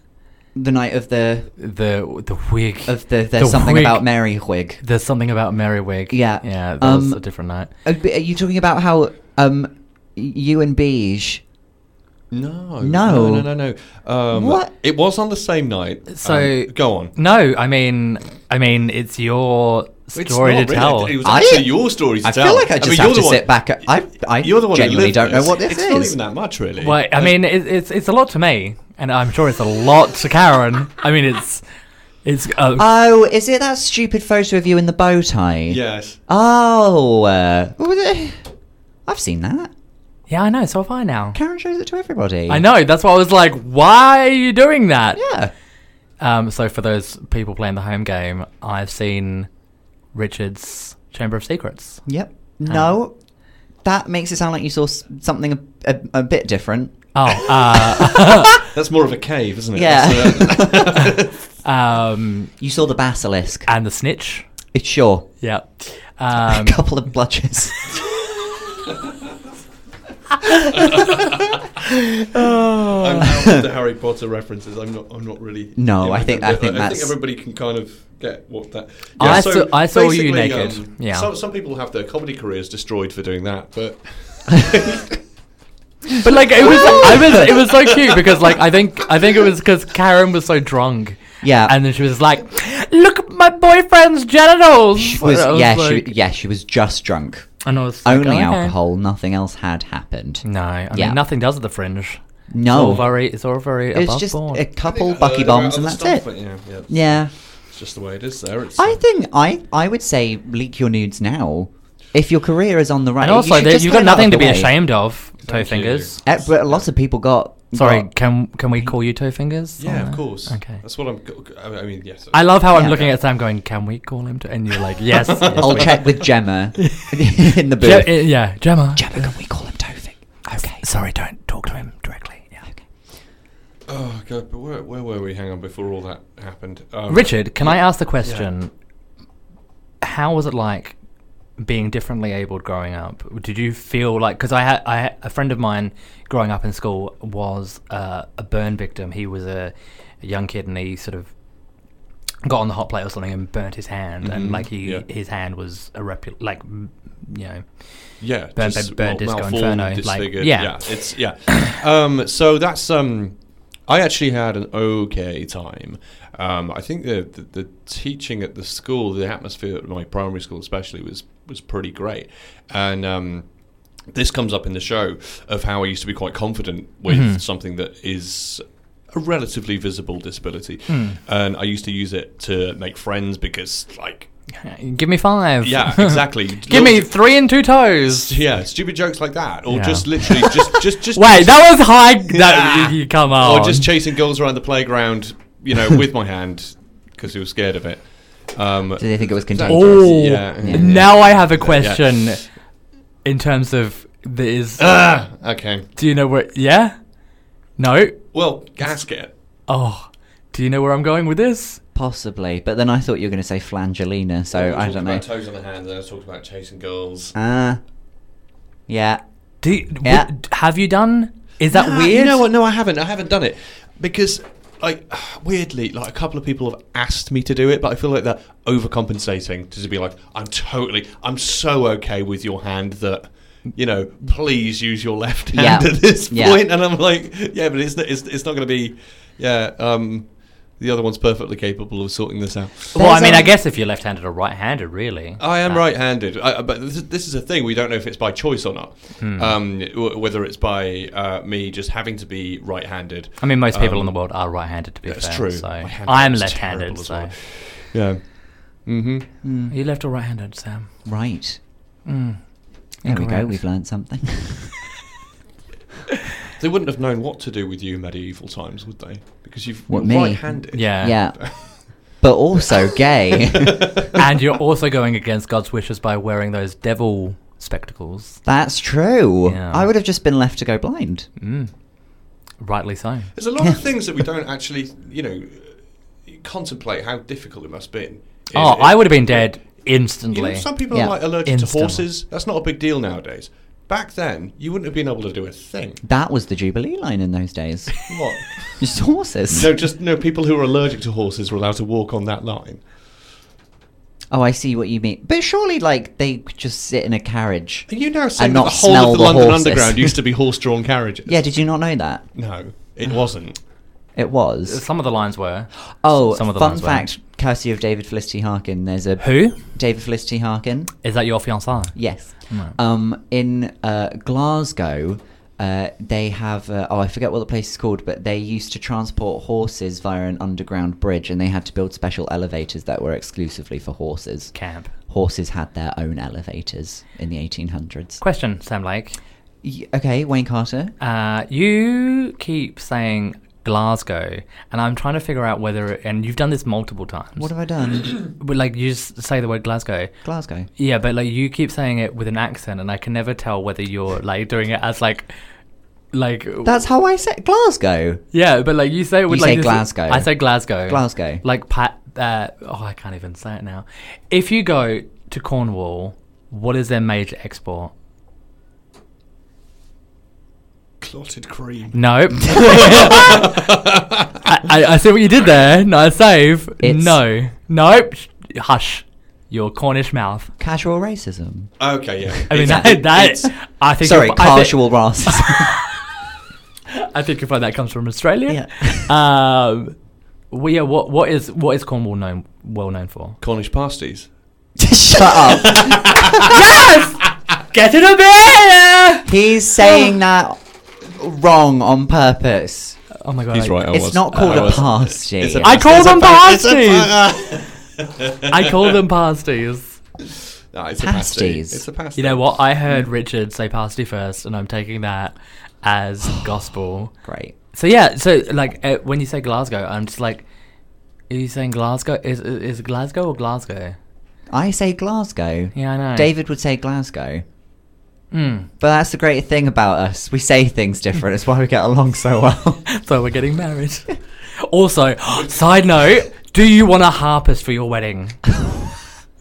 [SPEAKER 2] the night of the
[SPEAKER 1] The the wig
[SPEAKER 2] of the there's something
[SPEAKER 1] wig-
[SPEAKER 2] about Mary Whig.
[SPEAKER 1] There's something about Mary wig.
[SPEAKER 2] Yeah.
[SPEAKER 1] yeah. That was
[SPEAKER 2] Um,
[SPEAKER 1] a different night.
[SPEAKER 2] Are are you talking about how um you and Beige?
[SPEAKER 3] No.
[SPEAKER 2] No.
[SPEAKER 3] No, no, no. no. Um,
[SPEAKER 2] What?
[SPEAKER 3] It was on the same night.
[SPEAKER 1] So-
[SPEAKER 3] Um, go on.
[SPEAKER 1] No, I mean, I mean, it's your
[SPEAKER 3] It's
[SPEAKER 1] story
[SPEAKER 3] not
[SPEAKER 1] to
[SPEAKER 3] really.
[SPEAKER 1] tell.
[SPEAKER 3] It was
[SPEAKER 2] I-
[SPEAKER 3] actually your story to
[SPEAKER 2] I
[SPEAKER 3] tell.
[SPEAKER 2] feel like I just have
[SPEAKER 3] you're the
[SPEAKER 2] to
[SPEAKER 3] one-
[SPEAKER 2] sit back. I I
[SPEAKER 3] You're the one who
[SPEAKER 2] genuinely
[SPEAKER 3] lived
[SPEAKER 2] don't know what this
[SPEAKER 3] it's
[SPEAKER 2] is.
[SPEAKER 3] not even that much, really.
[SPEAKER 1] Well, I mean, it, it's it's a lot to me, and I'm sure it's a lot to Karen. I mean, it's it's uh,
[SPEAKER 2] Oh, is it that stupid photo of you in the bow tie?
[SPEAKER 3] Yes.
[SPEAKER 2] Oh, uh, what was it? I've seen that.
[SPEAKER 1] yeah, I know. So have I now.
[SPEAKER 2] Karen shows it to everybody.
[SPEAKER 1] I know. That's why I was like, why are you doing that?
[SPEAKER 2] Yeah.
[SPEAKER 1] Um, so for those people playing the home game, I've seen Richard's Chamber of Secrets.
[SPEAKER 2] Yep. No, that makes it sound like you saw s- something a, a, a bit different.
[SPEAKER 1] Oh, uh,
[SPEAKER 3] That's more of a cave, isn't it?
[SPEAKER 2] Yeah.
[SPEAKER 3] That's, uh,
[SPEAKER 1] um,
[SPEAKER 2] You saw the basilisk.
[SPEAKER 1] and the snitch.
[SPEAKER 2] It's sure.
[SPEAKER 1] Yeah. Um,
[SPEAKER 2] a couple of bludgers.
[SPEAKER 1] oh.
[SPEAKER 2] Uh.
[SPEAKER 3] I'm now with the Harry Potter references, I'm not. I'm not really.
[SPEAKER 2] No,
[SPEAKER 3] in
[SPEAKER 2] I
[SPEAKER 3] with
[SPEAKER 2] think-
[SPEAKER 3] them,
[SPEAKER 2] I
[SPEAKER 3] but
[SPEAKER 2] think
[SPEAKER 3] I
[SPEAKER 2] that's-
[SPEAKER 3] think everybody can kind of get what that.
[SPEAKER 1] I saw- I saw you
[SPEAKER 3] basically, um,
[SPEAKER 1] naked, yeah.
[SPEAKER 3] Some, some people have their comedy careers destroyed for doing that, but
[SPEAKER 1] But like it was, I was, it was so cute because like I think I think it was because Karen was so drunk.
[SPEAKER 2] Yeah.
[SPEAKER 1] and then she was like, "Look at my boyfriend's genitals."
[SPEAKER 2] She was,
[SPEAKER 1] And I
[SPEAKER 2] yeah,
[SPEAKER 1] like-
[SPEAKER 2] she, yeah, she was just drunk.
[SPEAKER 1] and I was like,
[SPEAKER 2] Only
[SPEAKER 1] "Okay."
[SPEAKER 2] alcohol, nothing else had happened.
[SPEAKER 1] No, I
[SPEAKER 2] Yeah.
[SPEAKER 1] mean nothing does at the fringe. it's all
[SPEAKER 2] No,
[SPEAKER 1] very, it's all very
[SPEAKER 2] it's
[SPEAKER 1] above
[SPEAKER 2] just
[SPEAKER 1] board.
[SPEAKER 2] a couple
[SPEAKER 3] I've
[SPEAKER 2] bucky
[SPEAKER 3] heard
[SPEAKER 2] bombs
[SPEAKER 3] about
[SPEAKER 2] and
[SPEAKER 3] uh, other
[SPEAKER 2] that's it.
[SPEAKER 3] stuff, but Yeah, yeah, it's-
[SPEAKER 2] Yeah,
[SPEAKER 3] It's just the way it is there. It's,
[SPEAKER 2] I
[SPEAKER 3] uh,
[SPEAKER 2] think I I would say leak your nudes now if your career is on the right.
[SPEAKER 1] and also,
[SPEAKER 2] you
[SPEAKER 1] there,
[SPEAKER 2] have
[SPEAKER 1] you've got nothing to be ashamed of, toe
[SPEAKER 3] Thank
[SPEAKER 1] fingers.
[SPEAKER 3] you.
[SPEAKER 2] Eh, But a lot of people got
[SPEAKER 1] Sorry,
[SPEAKER 2] got-
[SPEAKER 1] can can we call you toe fingers?
[SPEAKER 3] Yeah,
[SPEAKER 1] Or-
[SPEAKER 3] of course.
[SPEAKER 1] Okay.
[SPEAKER 3] That's what I'm. go- I I mean, yes.
[SPEAKER 1] I love how
[SPEAKER 2] Yeah.
[SPEAKER 1] I'm looking at Sam going, "Can we call him?" To-? And you're like, "Yes." yes,
[SPEAKER 2] I'll
[SPEAKER 1] we
[SPEAKER 2] check
[SPEAKER 1] can."
[SPEAKER 2] with Gemma in the
[SPEAKER 1] Je-
[SPEAKER 2] booth.
[SPEAKER 1] uh, yeah, Gemma.
[SPEAKER 2] Gemma, can we call him Tovik? Okay.
[SPEAKER 1] Sorry, don't talk to him directly. Yeah.
[SPEAKER 3] Oh god, but where, where were we? Hang on, before all that happened, um,
[SPEAKER 1] Richard, can I ask the question? How was it like being differently abled growing up? Did you feel like because I had I had- a friend of mine growing up in school was uh, a burn victim. He was a, a young kid and he sort of got on the hot plate or something and burnt his hand and
[SPEAKER 3] Mhm,
[SPEAKER 1] like he
[SPEAKER 3] yeah.
[SPEAKER 1] his hand was a repu- like m- you know
[SPEAKER 3] Yeah,
[SPEAKER 1] Burn- burn-
[SPEAKER 3] just
[SPEAKER 1] burn
[SPEAKER 3] mal-
[SPEAKER 1] Disco
[SPEAKER 3] malformed,
[SPEAKER 1] Inferno, like,
[SPEAKER 3] disfigured,
[SPEAKER 1] yeah.
[SPEAKER 3] it's yeah. um, so that's um, I actually had an okay time. Um, I think the, the the teaching at the school, the atmosphere at my primary school especially was was pretty great, and um, this comes up in the show of how I used to be quite confident with
[SPEAKER 1] Mm-hmm.
[SPEAKER 3] something that is a relatively visible disability,
[SPEAKER 1] Hmm.
[SPEAKER 3] and I used to use it to make friends because like.
[SPEAKER 1] give me five
[SPEAKER 3] Yeah, exactly.
[SPEAKER 1] give me
[SPEAKER 3] Little-
[SPEAKER 1] three and two toes
[SPEAKER 3] yeah, stupid jokes like that, or
[SPEAKER 1] Yeah.
[SPEAKER 3] just literally just just just
[SPEAKER 1] wait that was high
[SPEAKER 3] Yeah.
[SPEAKER 1] that, you, come
[SPEAKER 3] or
[SPEAKER 1] on
[SPEAKER 3] just chasing goals around the playground, you know, with my hand because he was scared of it. Um,
[SPEAKER 2] Did they think it was contagious?
[SPEAKER 1] Oh,
[SPEAKER 3] Yeah, yeah,
[SPEAKER 1] now I have a
[SPEAKER 3] yeah.
[SPEAKER 1] question in terms of there is.
[SPEAKER 3] Ah, okay.
[SPEAKER 1] do you know where? Yeah, no.
[SPEAKER 3] Well, gasket.
[SPEAKER 1] Oh, do you know where I'm going with this?
[SPEAKER 2] Possibly, but then I thought you were going to say flangelina, so I don't know.
[SPEAKER 3] About toes on the hand, and I talked about chasing goals.
[SPEAKER 2] Ah, yeah.
[SPEAKER 1] Do you, w-
[SPEAKER 2] Yeah.
[SPEAKER 1] have you done? Is that weird?
[SPEAKER 3] You know what? No, I haven't. I haven't done it because. Like weirdly, like a couple of people have asked me to do it, but I feel like they're overcompensating to be like, I'm totally, I'm so okay with your hand that, you know, please use your left
[SPEAKER 2] Yeah.
[SPEAKER 3] hand at this
[SPEAKER 2] Yeah.
[SPEAKER 3] point. And I'm like, yeah, but it's not, it's, it's not going to be, yeah. Um, the other one's perfectly capable of sorting this out.
[SPEAKER 1] Well, I
[SPEAKER 2] There's,
[SPEAKER 1] mean, I
[SPEAKER 2] um,
[SPEAKER 1] guess if you're left-handed or right-handed, really.
[SPEAKER 3] I am
[SPEAKER 1] Uh,
[SPEAKER 3] right-handed, I, I- but this, is- this is a thing. We don't know if it's by choice or not.
[SPEAKER 1] Hmm.
[SPEAKER 3] Um, w- whether it's by uh, me just having to be right-handed.
[SPEAKER 1] I mean, most people in
[SPEAKER 3] um,
[SPEAKER 1] the world are right-handed. To be
[SPEAKER 3] that's
[SPEAKER 1] fair,
[SPEAKER 3] true.
[SPEAKER 1] So
[SPEAKER 3] My hand
[SPEAKER 1] I'm
[SPEAKER 3] is
[SPEAKER 1] left-handed.
[SPEAKER 3] terrible as
[SPEAKER 1] So
[SPEAKER 3] well. Yeah. Mm-hmm.
[SPEAKER 1] are you left or right-handed, Sam?
[SPEAKER 2] Hmm. Right.
[SPEAKER 1] Mm.
[SPEAKER 2] There we go.
[SPEAKER 1] Incorrect.
[SPEAKER 2] We've learned something.
[SPEAKER 3] They wouldn't have known what to do with you medieval times, would they? Because you've
[SPEAKER 2] What,
[SPEAKER 3] you're
[SPEAKER 2] me?
[SPEAKER 3] right-handed.
[SPEAKER 1] Yeah.
[SPEAKER 2] yeah. But also gay.
[SPEAKER 1] and you're also going against God's wishes by wearing those devil spectacles.
[SPEAKER 2] That's true.
[SPEAKER 1] Yeah.
[SPEAKER 2] I would have just been left to go blind.
[SPEAKER 1] Mm. Rightly so.
[SPEAKER 3] There's a lot of things that we don't actually, you know, contemplate how difficult it must have been.
[SPEAKER 1] Oh,
[SPEAKER 3] It- it-
[SPEAKER 1] I would have been
[SPEAKER 3] it-
[SPEAKER 1] dead instantly.
[SPEAKER 3] You know, some people
[SPEAKER 2] Yeah.
[SPEAKER 3] are like allergic to
[SPEAKER 1] Instantly.
[SPEAKER 3] horses. That's not a big deal nowadays. Back then, you wouldn't have been able to do a thing.
[SPEAKER 2] That was the Jubilee line in those days.
[SPEAKER 3] What?
[SPEAKER 2] Just horses.
[SPEAKER 3] no, just no. People who are allergic to horses were allowed to walk on that line.
[SPEAKER 2] Oh, I see what you mean. But surely, like, they could just sit in a carriage.
[SPEAKER 3] Are you now saying
[SPEAKER 2] not
[SPEAKER 3] that the whole
[SPEAKER 2] smell
[SPEAKER 3] of the,
[SPEAKER 2] the
[SPEAKER 3] London
[SPEAKER 2] horses.
[SPEAKER 3] Underground used to be horse-drawn carriages?
[SPEAKER 2] Yeah, did you not know that?
[SPEAKER 3] No, it wasn't.
[SPEAKER 2] It was.
[SPEAKER 1] Some of the lines were.
[SPEAKER 2] Oh,
[SPEAKER 1] some of the
[SPEAKER 2] fun
[SPEAKER 1] lines were.
[SPEAKER 2] fact, courtesy of David Felicity Harkin, there's a...
[SPEAKER 1] Who?
[SPEAKER 2] David Felicity Harkin.
[SPEAKER 1] Is that your fiancée?
[SPEAKER 2] Yes.
[SPEAKER 1] Right.
[SPEAKER 2] Um, in uh, Glasgow, uh, they have uh, oh I forget what the place is called, but they used to transport horses via an underground bridge, and they had to build special elevators that were exclusively for horses.
[SPEAKER 1] Camp.
[SPEAKER 2] Horses had their own elevators in the 1800s.
[SPEAKER 1] Question, Sam Lake.
[SPEAKER 2] Y- okay, Wayne Carter.
[SPEAKER 1] Uh, you keep saying Glasgow, and I'm trying to figure out whether, and you've done this multiple times.
[SPEAKER 2] What have I done?
[SPEAKER 1] But like, you just say the word Glasgow.
[SPEAKER 2] Glasgow.
[SPEAKER 1] Yeah, but like, you keep saying it with an accent, and I can never tell whether you're like doing it as like, like.
[SPEAKER 2] That's how I said Glasgow.
[SPEAKER 1] Yeah, but like you say, it with
[SPEAKER 2] You
[SPEAKER 1] like
[SPEAKER 2] say
[SPEAKER 1] this-
[SPEAKER 2] Glasgow.
[SPEAKER 1] I say Glasgow.
[SPEAKER 2] Glasgow.
[SPEAKER 1] Like Pat. Uh, oh, I can't even say it now. If you go to Cornwall, what is their major export?
[SPEAKER 3] clotted cream.
[SPEAKER 1] No. I, I, I see what you did there. Nice save.
[SPEAKER 2] It's-
[SPEAKER 1] no. Nope. Hush. Your Cornish mouth.
[SPEAKER 2] Casual racism.
[SPEAKER 3] Okay, yeah.
[SPEAKER 1] I mean,
[SPEAKER 3] It's-
[SPEAKER 1] that,
[SPEAKER 3] it's-
[SPEAKER 1] that I think.
[SPEAKER 2] Sorry,
[SPEAKER 1] you'll fi- I thi-
[SPEAKER 2] casual racism.
[SPEAKER 1] I think you'll find that comes from Australia.
[SPEAKER 2] Yeah.
[SPEAKER 1] Um, well, yeah. What what is what is Cornwall known well known for?
[SPEAKER 3] Cornish pasties.
[SPEAKER 2] Shut up.
[SPEAKER 1] Ah, yes. Get it a beer.
[SPEAKER 2] He's saying that wrong on purpose.
[SPEAKER 1] Oh my god.
[SPEAKER 3] He's
[SPEAKER 1] I,
[SPEAKER 3] right. I
[SPEAKER 2] it's
[SPEAKER 3] was-
[SPEAKER 2] not called
[SPEAKER 3] I
[SPEAKER 2] a
[SPEAKER 3] was-
[SPEAKER 2] pasty.
[SPEAKER 3] It's a
[SPEAKER 1] I
[SPEAKER 3] pasty,
[SPEAKER 1] call
[SPEAKER 3] it's a
[SPEAKER 1] them
[SPEAKER 3] pa- it's a pa-
[SPEAKER 1] I call them pasties.
[SPEAKER 3] Nah, it's a pasty.
[SPEAKER 2] Pasties.
[SPEAKER 3] It's a pasty.
[SPEAKER 1] You know what? I heard Richard say pasty first, and I'm taking that as gospel.
[SPEAKER 2] Great.
[SPEAKER 1] So yeah, so like uh, when you say Glasgow, I'm just like, are you saying Glasgow? Is is it Glasgow or Glasgow?
[SPEAKER 2] I say Glasgow.
[SPEAKER 1] Yeah, I know.
[SPEAKER 2] David would say Glasgow.
[SPEAKER 1] Mm.
[SPEAKER 2] But that's the great thing about us. We say things different. It's why we get along so well.
[SPEAKER 1] So we're getting married. also, side note: Do you want a harpist for your wedding?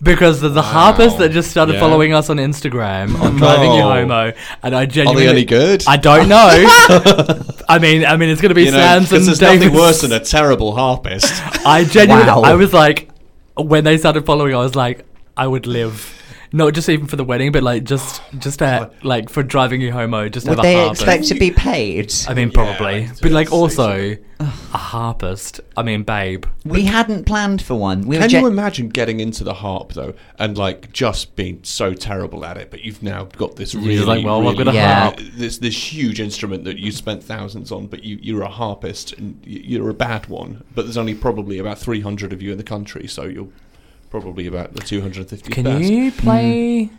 [SPEAKER 1] Because there's a harpist that just started
[SPEAKER 3] Yeah.
[SPEAKER 1] following us on Instagram on driving you
[SPEAKER 3] No.
[SPEAKER 1] homo, and I
[SPEAKER 3] Are
[SPEAKER 1] genuinely
[SPEAKER 3] they any good?
[SPEAKER 1] I don't know. I mean, I mean, it's gonna be
[SPEAKER 3] You know,
[SPEAKER 1] Sam's and
[SPEAKER 3] there's
[SPEAKER 1] David's.
[SPEAKER 3] nothing worse than a terrible harpist.
[SPEAKER 1] I genuinely,
[SPEAKER 2] Wow.
[SPEAKER 1] I was like, when they started following, I was like, I would live. Not just even for the wedding, but like just just at, like for driving you homo, just
[SPEAKER 2] Would
[SPEAKER 1] have a
[SPEAKER 2] they
[SPEAKER 1] harpist.
[SPEAKER 2] expect to be paid?
[SPEAKER 1] I mean,
[SPEAKER 3] Yeah,
[SPEAKER 1] probably,
[SPEAKER 3] like,
[SPEAKER 1] but like
[SPEAKER 3] it's-
[SPEAKER 1] also
[SPEAKER 3] it's-
[SPEAKER 1] a harpist. I mean, babe.
[SPEAKER 2] we hadn't planned for one. We were
[SPEAKER 3] Can
[SPEAKER 2] gen-
[SPEAKER 3] you imagine getting into the harp though, and like just being so terrible at it, but you've now got this
[SPEAKER 1] You're
[SPEAKER 3] really,
[SPEAKER 1] just like, well, I've
[SPEAKER 3] really,
[SPEAKER 1] got a
[SPEAKER 2] Yeah. harp.
[SPEAKER 3] this this huge instrument that you spent thousands on, but you you're a harpist and y- you're a bad one. But there's only probably about 300 of you in the country, so you're probably about the 250
[SPEAKER 1] Can
[SPEAKER 3] best. Mm.
[SPEAKER 1] you play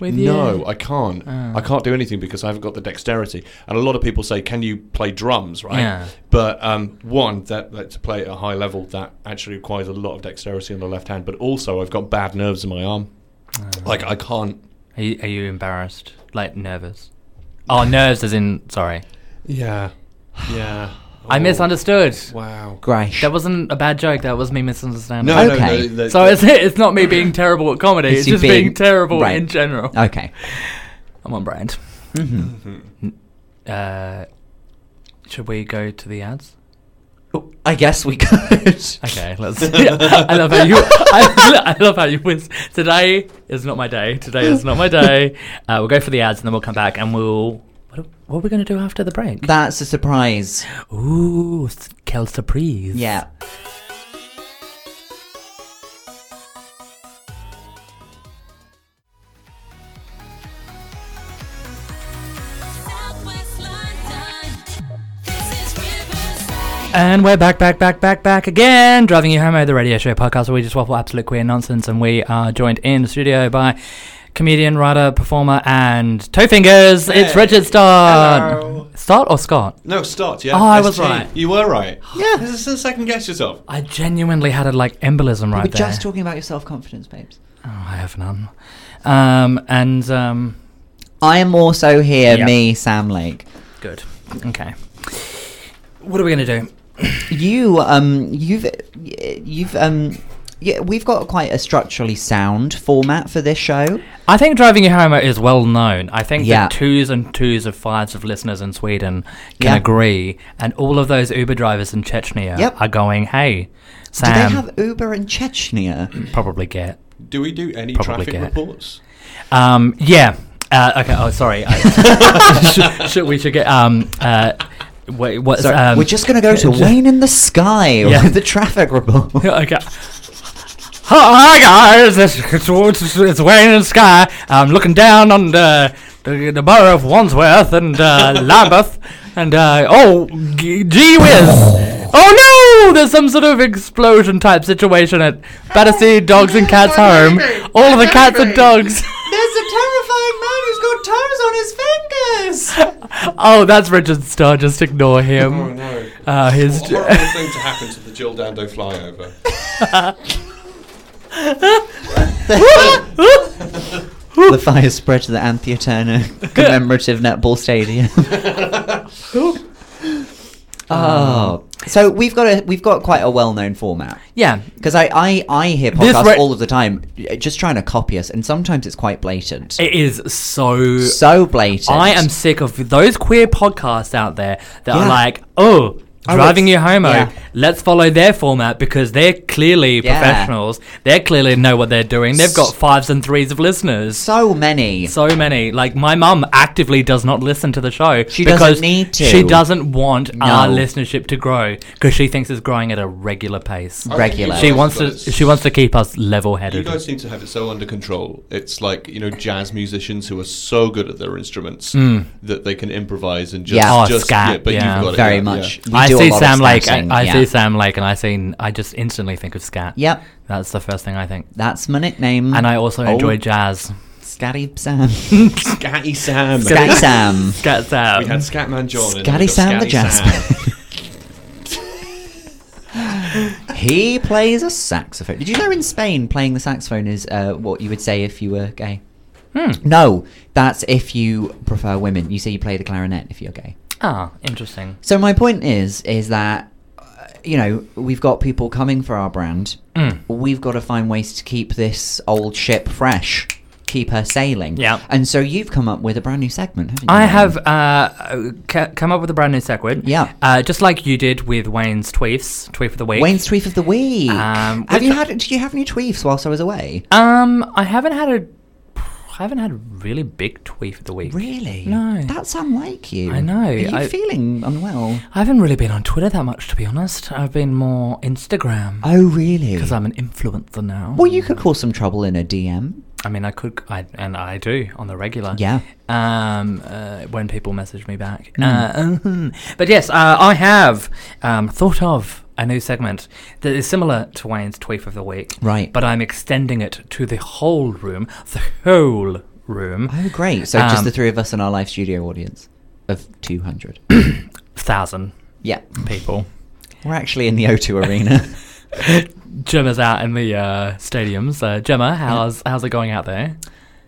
[SPEAKER 1] with your-
[SPEAKER 3] No, I can't.
[SPEAKER 1] Oh.
[SPEAKER 3] I can't do anything because I haven't got the dexterity. And a lot of people say, "Can you play drums?" Right?
[SPEAKER 1] Yeah.
[SPEAKER 3] But um, one that, that to play at a high level that actually requires a lot of dexterity on the left hand. But also, I've got bad nerves in my arm. Like I can't.
[SPEAKER 1] Are you, are you embarrassed? Like nervous? Oh, nerves as in sorry.
[SPEAKER 3] Yeah. Yeah.
[SPEAKER 1] I
[SPEAKER 3] Oh,
[SPEAKER 1] misunderstood.
[SPEAKER 3] Wow.
[SPEAKER 2] Gresh.
[SPEAKER 1] That wasn't a bad joke. That was me misunderstanding.
[SPEAKER 3] No,
[SPEAKER 2] Okay.
[SPEAKER 3] no, no, the-
[SPEAKER 1] So it's it's not me being terrible at comedy. It's,
[SPEAKER 2] It's you
[SPEAKER 1] just being,
[SPEAKER 2] being-
[SPEAKER 1] terrible
[SPEAKER 2] right.
[SPEAKER 1] in general.
[SPEAKER 2] okay.
[SPEAKER 1] I'm on brand.
[SPEAKER 2] hmm
[SPEAKER 3] Mm-hmm.
[SPEAKER 1] Uh, should we go to the ads?
[SPEAKER 2] I guess we could.
[SPEAKER 1] Okay, let's. I love how you. I, I love how you win. Today is not my day. Today is not my day. Uh, we'll go for the ads and then we'll come back and we'll. What are, what are we going to do after the break?
[SPEAKER 2] That's a surprise.
[SPEAKER 1] Ooh, s- Kel surprise.
[SPEAKER 2] Yeah.
[SPEAKER 5] Southwest London. This is Riverside.
[SPEAKER 1] And we're back, back, back, back, back again. Driving you home, the radio show podcast where we just waffle absolute queer nonsense, and we are joined in the studio by comedian, writer, performer, and toe fingers. It's Richard Stott.
[SPEAKER 3] Hello.
[SPEAKER 1] Stott or Scott?
[SPEAKER 3] No, start. Yeah.
[SPEAKER 1] Oh, I was
[SPEAKER 3] ST.
[SPEAKER 1] right.
[SPEAKER 3] You were right.
[SPEAKER 2] Yeah.
[SPEAKER 3] This is the second guess yourself.
[SPEAKER 1] I genuinely had a like embolism
[SPEAKER 2] we
[SPEAKER 1] right
[SPEAKER 2] were
[SPEAKER 1] there.
[SPEAKER 2] just talking about your self confidence, babes.
[SPEAKER 1] oh, I have none. Um, and um,
[SPEAKER 2] I am also here,
[SPEAKER 1] Yeah.
[SPEAKER 2] me, Sam Lake.
[SPEAKER 1] good. Okay. What are we gonna do?
[SPEAKER 2] You, um, you've, you've, um, yeah, we've got quite a structurally sound format for this show.
[SPEAKER 1] I think driving you home is well known. I think
[SPEAKER 2] Yeah.
[SPEAKER 1] the twos and twos of fives of listeners in Sweden can
[SPEAKER 2] Yeah.
[SPEAKER 1] agree, and all of those Uber drivers in Chechnya
[SPEAKER 2] Yep.
[SPEAKER 1] are going, "Hey,
[SPEAKER 2] Do they
[SPEAKER 1] Sam,
[SPEAKER 2] have Uber in Chechnya?
[SPEAKER 1] probably get."
[SPEAKER 3] Do we do any
[SPEAKER 1] Probably
[SPEAKER 3] traffic
[SPEAKER 1] get.
[SPEAKER 3] reports?
[SPEAKER 1] Um, yeah. Uh, okay. Oh, sorry. I, should, should we should get um uh, wait, what's
[SPEAKER 2] Sorry,
[SPEAKER 1] um,
[SPEAKER 2] we're just going to go to
[SPEAKER 1] just-
[SPEAKER 2] Wayne in the Sky
[SPEAKER 1] Yeah.
[SPEAKER 2] with the traffic report.
[SPEAKER 1] okay. Hi guys, it's, it's, it's, it's Wayne and Sky. I'm looking down on the, the, the borough of Wandsworth and uh, Lambeth, and uh, oh, g- gee whiz! Oh no! There's some sort of explosion type situation at Battersea Dogs and Cats Home. All of the cats and dogs.
[SPEAKER 2] There's a terrifying man who's got toes on his fingers.
[SPEAKER 1] Oh, that's Richard Starr. Just ignore him.
[SPEAKER 3] no.
[SPEAKER 1] Uh, his.
[SPEAKER 3] What a horrible thing to happen to the Jill Dando flyover.
[SPEAKER 2] the fire spread to the Anthea Turner
[SPEAKER 1] Um,
[SPEAKER 2] commemorative netball stadium. oh, So we've got a we've got quite a well known format.
[SPEAKER 1] Yeah,
[SPEAKER 2] Because I, I, I hear
[SPEAKER 1] This
[SPEAKER 2] podcasts
[SPEAKER 1] re-
[SPEAKER 2] all of the time, uh, just trying to copy us, and sometimes it's quite blatant.
[SPEAKER 1] it is so.
[SPEAKER 2] so blatant.
[SPEAKER 1] I am sick of those queer podcasts out there that
[SPEAKER 2] Yeah.
[SPEAKER 1] are like, oh.
[SPEAKER 2] Oh,
[SPEAKER 1] Driving
[SPEAKER 2] it's-
[SPEAKER 1] your homo.
[SPEAKER 2] yeah.
[SPEAKER 1] Let's follow their format because they're clearly
[SPEAKER 2] Yeah.
[SPEAKER 1] professionals. They clearly know what they're doing. They've got fives and threes of listeners.
[SPEAKER 2] so many.
[SPEAKER 1] so many. Like my mum actively does not listen to the show.
[SPEAKER 2] She doesn't
[SPEAKER 1] because
[SPEAKER 2] need to.
[SPEAKER 1] She doesn't want
[SPEAKER 2] No.
[SPEAKER 1] our listenership to grow because she thinks it's growing at a regular pace.
[SPEAKER 3] I think
[SPEAKER 2] regular.
[SPEAKER 3] you
[SPEAKER 1] She
[SPEAKER 3] guys-
[SPEAKER 1] wants to.
[SPEAKER 3] guys-
[SPEAKER 1] She wants to keep us
[SPEAKER 3] Oh, You
[SPEAKER 1] level-headed.
[SPEAKER 3] guys seem to have it so under control. It's like you know jazz musicians who are so good at their instruments that they can improvise and just
[SPEAKER 2] Yeah. Oh,
[SPEAKER 3] just
[SPEAKER 1] scat,
[SPEAKER 3] but
[SPEAKER 1] yeah.
[SPEAKER 3] you've got it,
[SPEAKER 2] very
[SPEAKER 3] yeah,
[SPEAKER 2] much.
[SPEAKER 3] yeah.
[SPEAKER 2] We
[SPEAKER 1] I
[SPEAKER 2] do a
[SPEAKER 1] see
[SPEAKER 2] lot of
[SPEAKER 1] Sam Lake. I,
[SPEAKER 2] snatching,
[SPEAKER 1] I
[SPEAKER 2] yeah.
[SPEAKER 1] see Sam Lake, and I see. I just instantly think of scat.
[SPEAKER 2] Yep,
[SPEAKER 1] That's the first thing I think.
[SPEAKER 2] that's my nickname.
[SPEAKER 1] And I also
[SPEAKER 2] Old
[SPEAKER 1] enjoy jazz.
[SPEAKER 2] Scatty Sam.
[SPEAKER 3] Scatty Sam.
[SPEAKER 2] Scatty Sam.
[SPEAKER 1] Scat
[SPEAKER 3] We had
[SPEAKER 1] out.
[SPEAKER 3] Scatman John. and we
[SPEAKER 2] Scatty
[SPEAKER 3] got
[SPEAKER 2] Sam the
[SPEAKER 3] Scatty
[SPEAKER 2] jazz.
[SPEAKER 3] Sam.
[SPEAKER 2] he plays a saxophone. Did you know in Spain playing the saxophone is uh, what you would say if you were gay?
[SPEAKER 1] Hmm.
[SPEAKER 2] No, that's if you prefer women. You say you play the clarinet if you're gay.
[SPEAKER 1] Ah, interesting.
[SPEAKER 2] So my point is, is that uh, you know we've got people coming for our brand.
[SPEAKER 1] Mm.
[SPEAKER 2] We've got to find ways to keep this old ship fresh, keep her sailing.
[SPEAKER 1] Yeah.
[SPEAKER 2] And so you've come up with a brand new segment, haven't you?
[SPEAKER 1] I
[SPEAKER 2] Ryan?
[SPEAKER 1] have uh, c- come up with a brand new segment.
[SPEAKER 2] Yeah.
[SPEAKER 1] Uh, just like you did with Wayne's tweets, tweet for the week.
[SPEAKER 2] Wayne's tweef of the week.
[SPEAKER 1] Um,
[SPEAKER 2] have
[SPEAKER 1] which-
[SPEAKER 2] you had? Did you have any tweefs whilst I was away?
[SPEAKER 1] Um, I haven't had a, I haven't had a really big tweet for the week.
[SPEAKER 2] Really?
[SPEAKER 1] No.
[SPEAKER 2] That's unlike you.
[SPEAKER 1] I know,
[SPEAKER 2] Are you
[SPEAKER 1] I-
[SPEAKER 2] feeling unwell?
[SPEAKER 1] I haven't really been on Twitter that much, to be honest. I've been more Instagram
[SPEAKER 2] Oh, really?
[SPEAKER 1] because I'm an influencer now.
[SPEAKER 2] Well, you could cause some trouble in a DM.
[SPEAKER 1] I mean, I could, I, and I do on the regular.
[SPEAKER 2] Yeah. Hmm.
[SPEAKER 1] Um, uh, when people message me back. Uh, but yes, uh, I have um, thought of a new segment that is similar to Wayne's Tweet of the Week.
[SPEAKER 2] Right.
[SPEAKER 1] But I'm extending it to the whole room, the whole room.
[SPEAKER 2] Oh, great. So
[SPEAKER 1] Um,
[SPEAKER 2] just the three of us in our live studio audience of 200.
[SPEAKER 1] thousand
[SPEAKER 2] yeah.
[SPEAKER 1] people.
[SPEAKER 2] We're actually in the O2 arena.
[SPEAKER 1] Gemma's out in the uh, stadiums. Uh, Gemma, how's how's it going out there?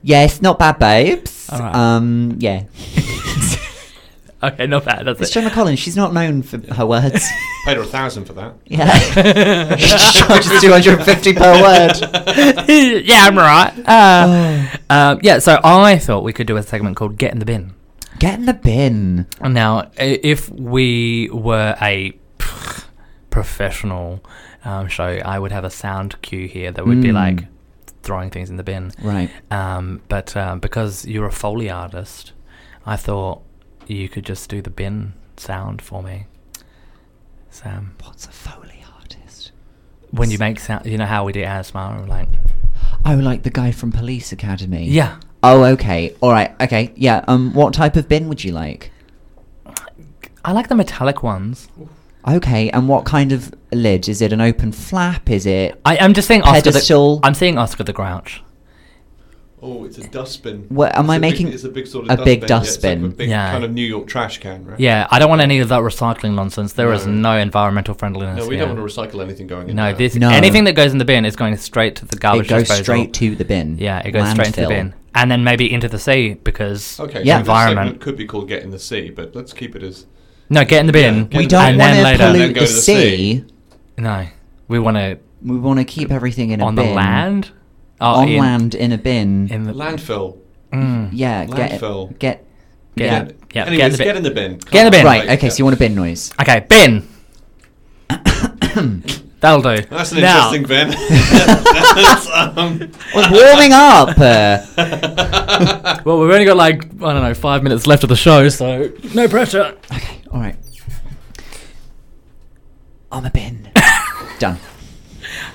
[SPEAKER 2] yes, not bad, babes.
[SPEAKER 1] All right.
[SPEAKER 2] Um, yeah.
[SPEAKER 1] Okay, not bad. That's
[SPEAKER 2] It's
[SPEAKER 1] it.
[SPEAKER 2] Gemma Collins. She's not known for her words.
[SPEAKER 3] Paid her a thousand for that.
[SPEAKER 2] Yeah. she charges 250 per word. Oh.
[SPEAKER 1] yeah, I'm right. Uh,
[SPEAKER 3] Oh.
[SPEAKER 1] um, yeah, so I thought we could do a segment called "Get in the Bin."
[SPEAKER 2] Get in the bin.
[SPEAKER 1] Now, i- if we were a professional um, show, I would have a sound cue here that would be
[SPEAKER 2] Mm.
[SPEAKER 1] like throwing things in the bin.
[SPEAKER 2] Right.
[SPEAKER 1] Um, but um, because you're a Foley artist, I thought you could just do the bin sound for me, Sam.
[SPEAKER 2] What's a Foley artist?
[SPEAKER 1] When you make sound, you know how we do ASMR, like
[SPEAKER 2] Oh, like the guy from Police Academy.
[SPEAKER 1] yeah,
[SPEAKER 2] Oh, okay. All right. Okay. Yeah. Um, what type of bin would you like?
[SPEAKER 1] I like the metallic ones.
[SPEAKER 2] Okay. And what kind of lid? Is it an open flap? Is it?
[SPEAKER 1] I, I'm just saying Oscar. The,
[SPEAKER 2] Pedestal.
[SPEAKER 1] I'm saying Oscar the Grouch.
[SPEAKER 3] Oh, it's a dustbin.
[SPEAKER 2] What- am
[SPEAKER 3] It's
[SPEAKER 2] I
[SPEAKER 3] a big-
[SPEAKER 2] making-
[SPEAKER 3] it's a big sort of
[SPEAKER 2] a
[SPEAKER 3] dustbin.
[SPEAKER 2] big
[SPEAKER 3] Yeah,
[SPEAKER 2] dustbin.
[SPEAKER 3] it's like a big
[SPEAKER 1] Yeah.
[SPEAKER 3] kind of New York trash can, right?
[SPEAKER 1] Yeah, I don't want any of that recycling nonsense. There is
[SPEAKER 3] No.
[SPEAKER 1] no environmental friendliness.
[SPEAKER 3] No, we
[SPEAKER 1] here.
[SPEAKER 3] don't want to recycle anything going in.
[SPEAKER 1] No,
[SPEAKER 3] there.
[SPEAKER 1] this
[SPEAKER 2] No.
[SPEAKER 1] anything that goes in the bin is going straight to the garbage
[SPEAKER 2] it goes
[SPEAKER 1] disposal.
[SPEAKER 2] straight to the bin.
[SPEAKER 1] yeah, it goes straight into the
[SPEAKER 2] Landfill.
[SPEAKER 1] bin, and then maybe into the sea because
[SPEAKER 3] Okay,
[SPEAKER 2] Yeah.
[SPEAKER 3] yeah.
[SPEAKER 1] Environment.
[SPEAKER 3] environment could be called "Get in the Sea," but let's keep it as
[SPEAKER 1] No, get in the bin.
[SPEAKER 3] Yeah, get
[SPEAKER 2] We
[SPEAKER 3] in
[SPEAKER 1] and
[SPEAKER 2] don't
[SPEAKER 1] then
[SPEAKER 2] want
[SPEAKER 1] later.
[SPEAKER 2] to pollute
[SPEAKER 3] go
[SPEAKER 2] the,
[SPEAKER 3] to the
[SPEAKER 2] sea.
[SPEAKER 3] sea.
[SPEAKER 1] No, we want to
[SPEAKER 2] We want to keep everything in a
[SPEAKER 1] on
[SPEAKER 2] bin.
[SPEAKER 1] the land. Oh,
[SPEAKER 2] On
[SPEAKER 1] in-
[SPEAKER 2] land in a bin.
[SPEAKER 1] In the
[SPEAKER 3] landfill.
[SPEAKER 1] Mm.
[SPEAKER 2] yeah. Get.
[SPEAKER 3] Landfill.
[SPEAKER 2] Get.
[SPEAKER 1] Get-
[SPEAKER 2] yeah.
[SPEAKER 1] yeah,
[SPEAKER 3] Anyways,
[SPEAKER 1] get in the bin.
[SPEAKER 3] get in the bin.
[SPEAKER 1] Get in the bin.
[SPEAKER 2] Right. Okay. So you want a bin noise?
[SPEAKER 1] Okay, bin. That'll do.
[SPEAKER 3] That's an
[SPEAKER 1] Now-
[SPEAKER 3] interesting bin. That's, um,
[SPEAKER 2] I was warming up. Uh,
[SPEAKER 1] Well, we've only got like I don't know five minutes left of the show, so no pressure.
[SPEAKER 2] okay. All right. I'm a bin. Done.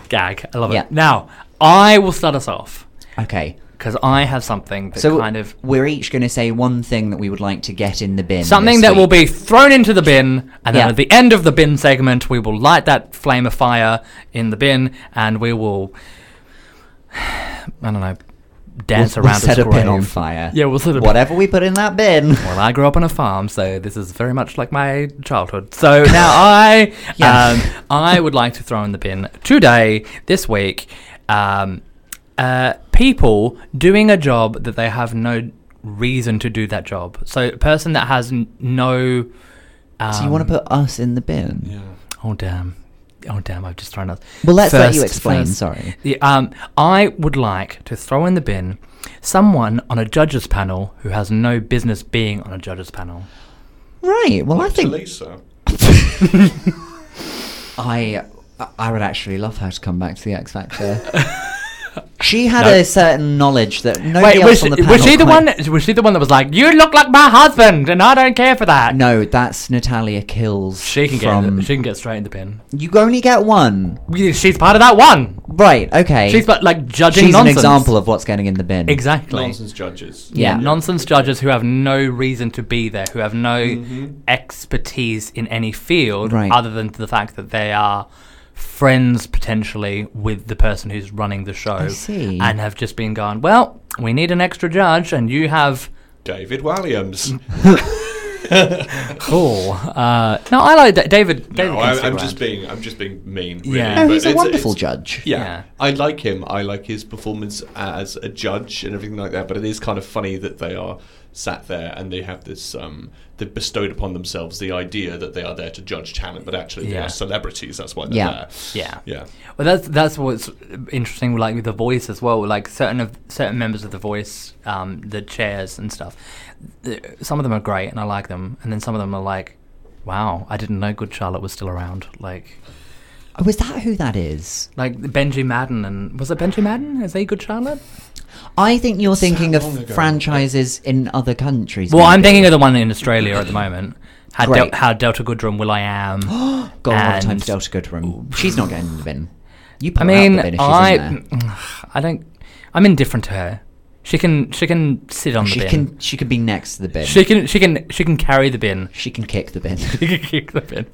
[SPEAKER 1] Gag. I love
[SPEAKER 2] Yeah.
[SPEAKER 1] it. Now I will start us off
[SPEAKER 2] Okay.
[SPEAKER 1] because I have something that
[SPEAKER 2] So
[SPEAKER 1] kind of
[SPEAKER 2] we're each going to say one thing that we would like to get in the bin.
[SPEAKER 1] something
[SPEAKER 2] this
[SPEAKER 1] that will
[SPEAKER 2] week.
[SPEAKER 1] be thrown into the bin, and then
[SPEAKER 2] Yeah.
[SPEAKER 1] at the end of the bin segment, we will light that flame of fire in the bin, and we will, I don't know, dance
[SPEAKER 2] We'll- we'll
[SPEAKER 1] around
[SPEAKER 2] set
[SPEAKER 1] its
[SPEAKER 2] a bin
[SPEAKER 1] grave.
[SPEAKER 2] on fire.
[SPEAKER 1] Yeah, we'll set a
[SPEAKER 2] Whatever we put in that bin.
[SPEAKER 1] Well, I grew up on a farm, so this is very much like my childhood. So now I,
[SPEAKER 2] Yeah.
[SPEAKER 1] um, I would like to throw in the bin today, this week, um, uh, people doing a job that they have no reason to do that job. So a person that has n- no. Um,
[SPEAKER 2] so you want to put us in the bin?
[SPEAKER 3] yeah.
[SPEAKER 1] I Oh damn. Oh damn! I've just thrown up.
[SPEAKER 2] Well, let's let you explain, sorry.
[SPEAKER 1] Yeah, um, I would like to throw in the bin someone on a judges panel who has no business being on a judges panel.
[SPEAKER 2] Right. Well, I
[SPEAKER 3] Like
[SPEAKER 2] think
[SPEAKER 3] Talisa.
[SPEAKER 2] I I would actually love her to come back to the X Factor. she had
[SPEAKER 1] No.
[SPEAKER 2] a certain knowledge that nobody
[SPEAKER 1] Wait,
[SPEAKER 2] else
[SPEAKER 1] was,
[SPEAKER 2] on the
[SPEAKER 1] she-
[SPEAKER 2] panel
[SPEAKER 1] was she the
[SPEAKER 2] quite-
[SPEAKER 1] one? That, was she the one that was like, "You look like my husband, and I don't care for that"?
[SPEAKER 2] No, that's Natalia Kills.
[SPEAKER 1] she can get. in
[SPEAKER 2] from...
[SPEAKER 1] the- she can get straight in the bin.
[SPEAKER 2] You only get one.
[SPEAKER 1] We- She's part of that one.
[SPEAKER 2] Right. Okay.
[SPEAKER 1] She's but like judging.
[SPEAKER 2] She's an
[SPEAKER 1] nonsense.
[SPEAKER 2] example of what's getting in the bin.
[SPEAKER 1] Exactly.
[SPEAKER 3] Nonsense judges.
[SPEAKER 2] Yeah.
[SPEAKER 1] Nonsense judges who have no reason to be there, who have no expertise in any field
[SPEAKER 2] Right.
[SPEAKER 1] other than the fact that they are friends potentially with the person who's running the show
[SPEAKER 2] see.
[SPEAKER 1] and have just been gone, well, we need an extra judge and you have
[SPEAKER 3] David Williams.
[SPEAKER 1] cool. Uh, no, I like Da- David. David
[SPEAKER 3] no,
[SPEAKER 1] can
[SPEAKER 3] I,
[SPEAKER 1] stick
[SPEAKER 3] I'm
[SPEAKER 1] around.
[SPEAKER 3] just being. I'm just being mean. Really,
[SPEAKER 1] Yeah.
[SPEAKER 2] No,
[SPEAKER 3] but
[SPEAKER 2] Oh, he's a
[SPEAKER 3] it's-
[SPEAKER 2] wonderful
[SPEAKER 3] it's-
[SPEAKER 2] judge.
[SPEAKER 3] Yeah.
[SPEAKER 1] Yeah.
[SPEAKER 3] I like him. I like his performance as a judge and everything like that. But it is kind of funny that they are sat there and they have this. Um, they've bestowed upon themselves the idea that they are there to judge talent, but actually they
[SPEAKER 1] Yeah.
[SPEAKER 3] are celebrities. That's why they're
[SPEAKER 2] Yeah.
[SPEAKER 3] there.
[SPEAKER 1] Yeah.
[SPEAKER 3] Yeah.
[SPEAKER 1] Well, that's that's what's interesting, like with the voice as well. Like certain of certain members of the voice, um, the chairs and stuff. th- Some of them are great, and I like them, and then some of them are like, "Wow, I didn't know Good Charlotte was still around." Like,
[SPEAKER 2] Oh, is that who that is?
[SPEAKER 1] like Benji Madden, and was it Benji Madden? Is he Good Charlotte?
[SPEAKER 2] I think you're thinking of
[SPEAKER 3] long ago.
[SPEAKER 2] franchises in other countries.
[SPEAKER 1] Well, I'm
[SPEAKER 2] maybe.
[SPEAKER 1] thinking of the one in Australia at the moment. How, Del-
[SPEAKER 2] Great.
[SPEAKER 1] how Delta Goodrum, Will I Am.
[SPEAKER 2] God, a lot of times
[SPEAKER 1] and-
[SPEAKER 2] Delta Goodrum. She's not getting in the bin. You put
[SPEAKER 1] I
[SPEAKER 2] her out
[SPEAKER 1] mean,
[SPEAKER 2] the bin if she's
[SPEAKER 1] I,
[SPEAKER 2] in
[SPEAKER 1] I don't. I'm indifferent to her. She can she can sit on
[SPEAKER 2] there.
[SPEAKER 1] the
[SPEAKER 2] She
[SPEAKER 1] bin.
[SPEAKER 2] can she could be next to the bin.
[SPEAKER 1] She can she can she can carry the bin.
[SPEAKER 2] She can kick the bin.
[SPEAKER 1] She can kick the bin.